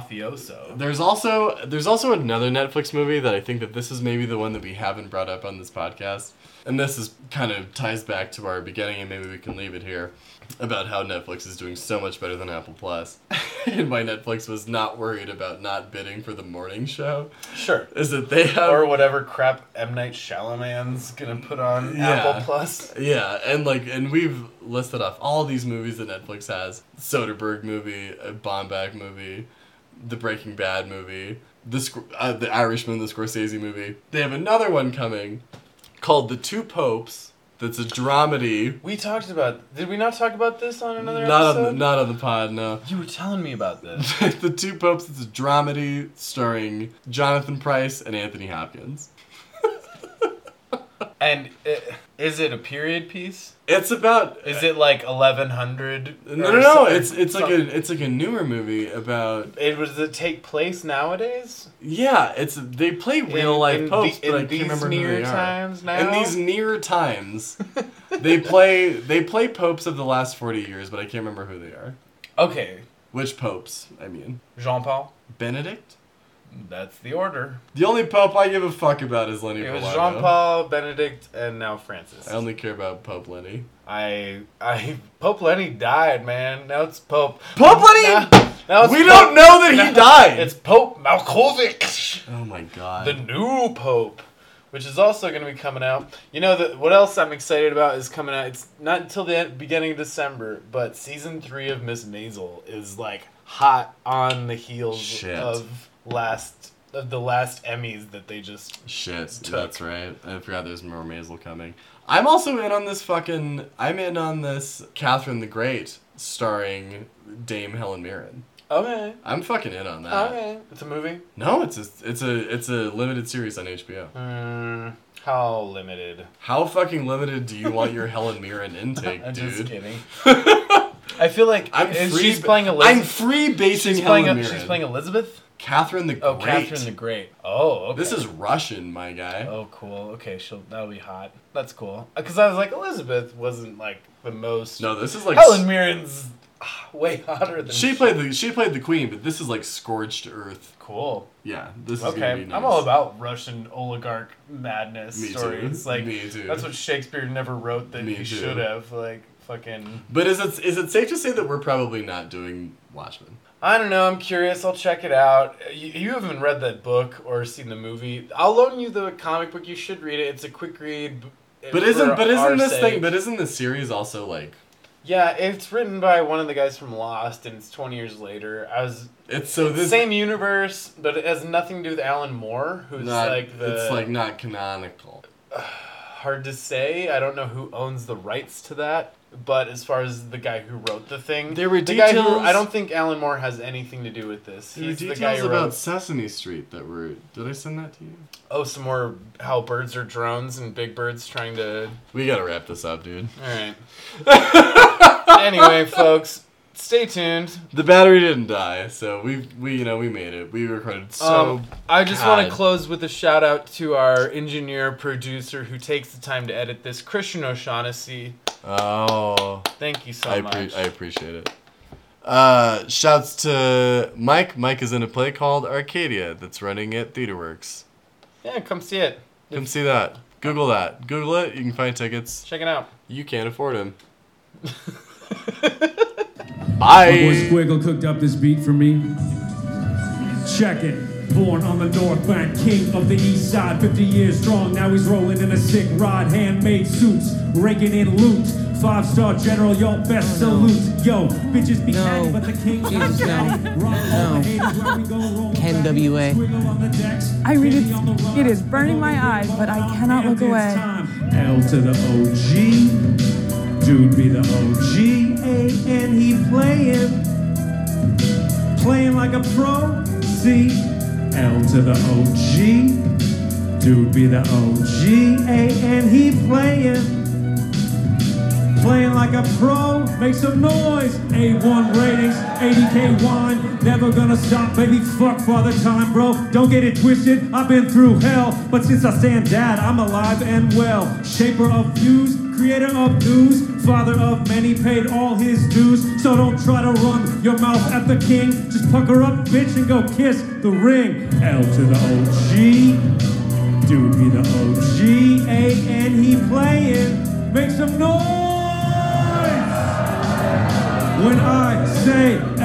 mafioso.
There's also there's also another Netflix movie that I think that this is maybe the one that we haven't brought up on this podcast, and this is kind of ties back to our beginning, and maybe we can leave it here. about how Netflix is doing so much better than Apple Plus. (laughs) and why Netflix was not worried about not bidding for the morning show
Sure.
is that they have
Or whatever crap M Night Shyamalan's gonna put on
Yeah.
Apple Plus.
Yeah, and like, and we've listed off all these movies that Netflix has: Soderbergh movie, a Bomback movie, the Breaking Bad movie, the Sc- uh, the Irishman, the Scorsese movie. They have another one coming called The Two Popes. That's a dramedy.
We talked about. Did we not talk about this on another
Not on, the,
episode?
not on the pod, no. (laughs)
You were telling me about this.
the Two Popes is a dramedy starring Jonathan Price and Anthony Hopkins.
and i- is it a period piece?
It's about
Is it like 1100?
Uh, no,
or
no, no.
something?
It's it's like a it's like a newer movie about
It was does it take place nowadays?
Yeah, it's they play real
in
life popes,
the-
but
in
I can't
these
remember who
near
they are.
times
In
now?
these near
(laughs)
times, they play they play popes of the last forty years, but I can't remember who they are.
Okay,
Which popes? I mean,
Jean Paul.
Benedict.
That's the order.
The only pope I give a fuck about is Lenny.
It was
Polanco.
Jean Paul, Benedict, and now Francis.
I only care about Pope Lenny.
I, I, (laughs) Pope Lenny died, man. Now it's Pope.
Pope Lenny.
Now, now it's
we
Pope-
don't know
(laughs)
that he died.
It's Pope Malkovich,
oh my god.
the new Pope, which is also going to be coming out. You know the, what else I'm excited about is coming out. It's not until the end, beginning of December, but season three of Miss Maisel is like hot on the heels
Shit.
of last of the last Emmys that they just.
Shit,
took.
that's right. I forgot there's more Maisel coming. I'm also in on this fucking. I'm in on this Catherine the Great starring Dame Helen Mirren.
Okay.
I'm fucking in on that.
Okay. It's a movie.
No, it's a it's a it's a limited series on HBO.
Mm, how limited?
How fucking limited do you want your Helen Mirren intake,
(laughs) I'm
dude?
just kidding. I feel like
(laughs) I'm
is-
free.
she's playing Elizabeth.
I'm free basing
she's
Helen
playing,
Mirren.
she's playing Elizabeth.
Catherine the
Oh,
Great.
Catherine the Great. Oh, okay.
This is Russian, my guy.
Oh, cool. Okay, she'll that'll be hot. That's cool. Because I was like, Elizabeth wasn't like the most.
No, this is like
Helen Mirren's ah, way hotter than
she played the she played the queen, but this is like scorched earth.
Cool.
Yeah, this is gonna be
Okay,
nice.
I'm all about Russian oligarch madness
Me too.
stories. Like
Me too.
that's what Shakespeare never wrote that
Me
he
too.
should have. Like fucking.
But is it is it safe to say that we're probably not doing Watchmen?
I don't know. I'm curious. I'll check it out. You, you haven't read that book or seen the movie. I'll loan you the comic book. You should read it. It's a quick read.
But isn't but isn't this thing?
But
But isn't this series also like
yeah, it's written by one of the guys from Lost, and it's 20 years later. I was
it's so this
same universe, but it has nothing to do with Alan Moore, who's
not,
like the
it's like not canonical.
hard to say. I don't know who owns the rights to that. But as far as the guy who wrote the thing,
There were
the guy who-
details-
I don't think Alan Moore has anything to do with this.
There were
He's the guy
details
who
about
wrote
Sesame Street that were. Did I send that to you?
Oh, some more how birds are drones and big birds trying to.
We gotta wrap this up, dude.
All
(laughs)
right. anyway, folks, stay tuned.
The battery didn't die, so we we you know we made it. We recorded so.
um, I just want
God.
to close with a shout out to our engineer producer who takes the time to edit this, Christian O'Shaughnessy.
oh.
Thank you so
I,
much.
appre- I appreciate it. Uh, shouts to Mike. Mike is in a play called Arcadia that's running at TheaterWorks.
yeah, come see it.
Come see that. Google that. Google it. You can find tickets.
Check it out.
You can't afford them.
My boy
Bye.
Squiggle cooked up this beat for me. Check it. Born on the North Bank, king of the East Side, 50 years strong. Now he's rolling in a sick rod, handmade suits, raking in loot. Five star general, your best salute. Yo, bitches be
No.
catty, but the king
(laughs) Jesus,
is catty.
no.
Rock all
No.
the haters, where we go, roll back.
NWA.
Squiggle on the decks,
I read it.
Kenny on the run.
It is burning my eyes, but I cannot
And it's
look away.
time. L to the OG. Dude be the OG. A and
E
he playing playing like a pro. C L to the OG. Dude be the OG. A and he playing. Playing like a pro, make some noise. A1 ratings, 80k wine, never gonna stop, baby. Fuck father time, bro. Don't get it twisted. I've been through hell, but since I stand dad, I'm alive and well. Shaper of views, creator of news, father of many, paid all his dues. So don't try to run your mouth at the king. Just pucker up, bitch, and go kiss the ring. L to the OG, dude be the OG. A and he playing. Make some noise! when I say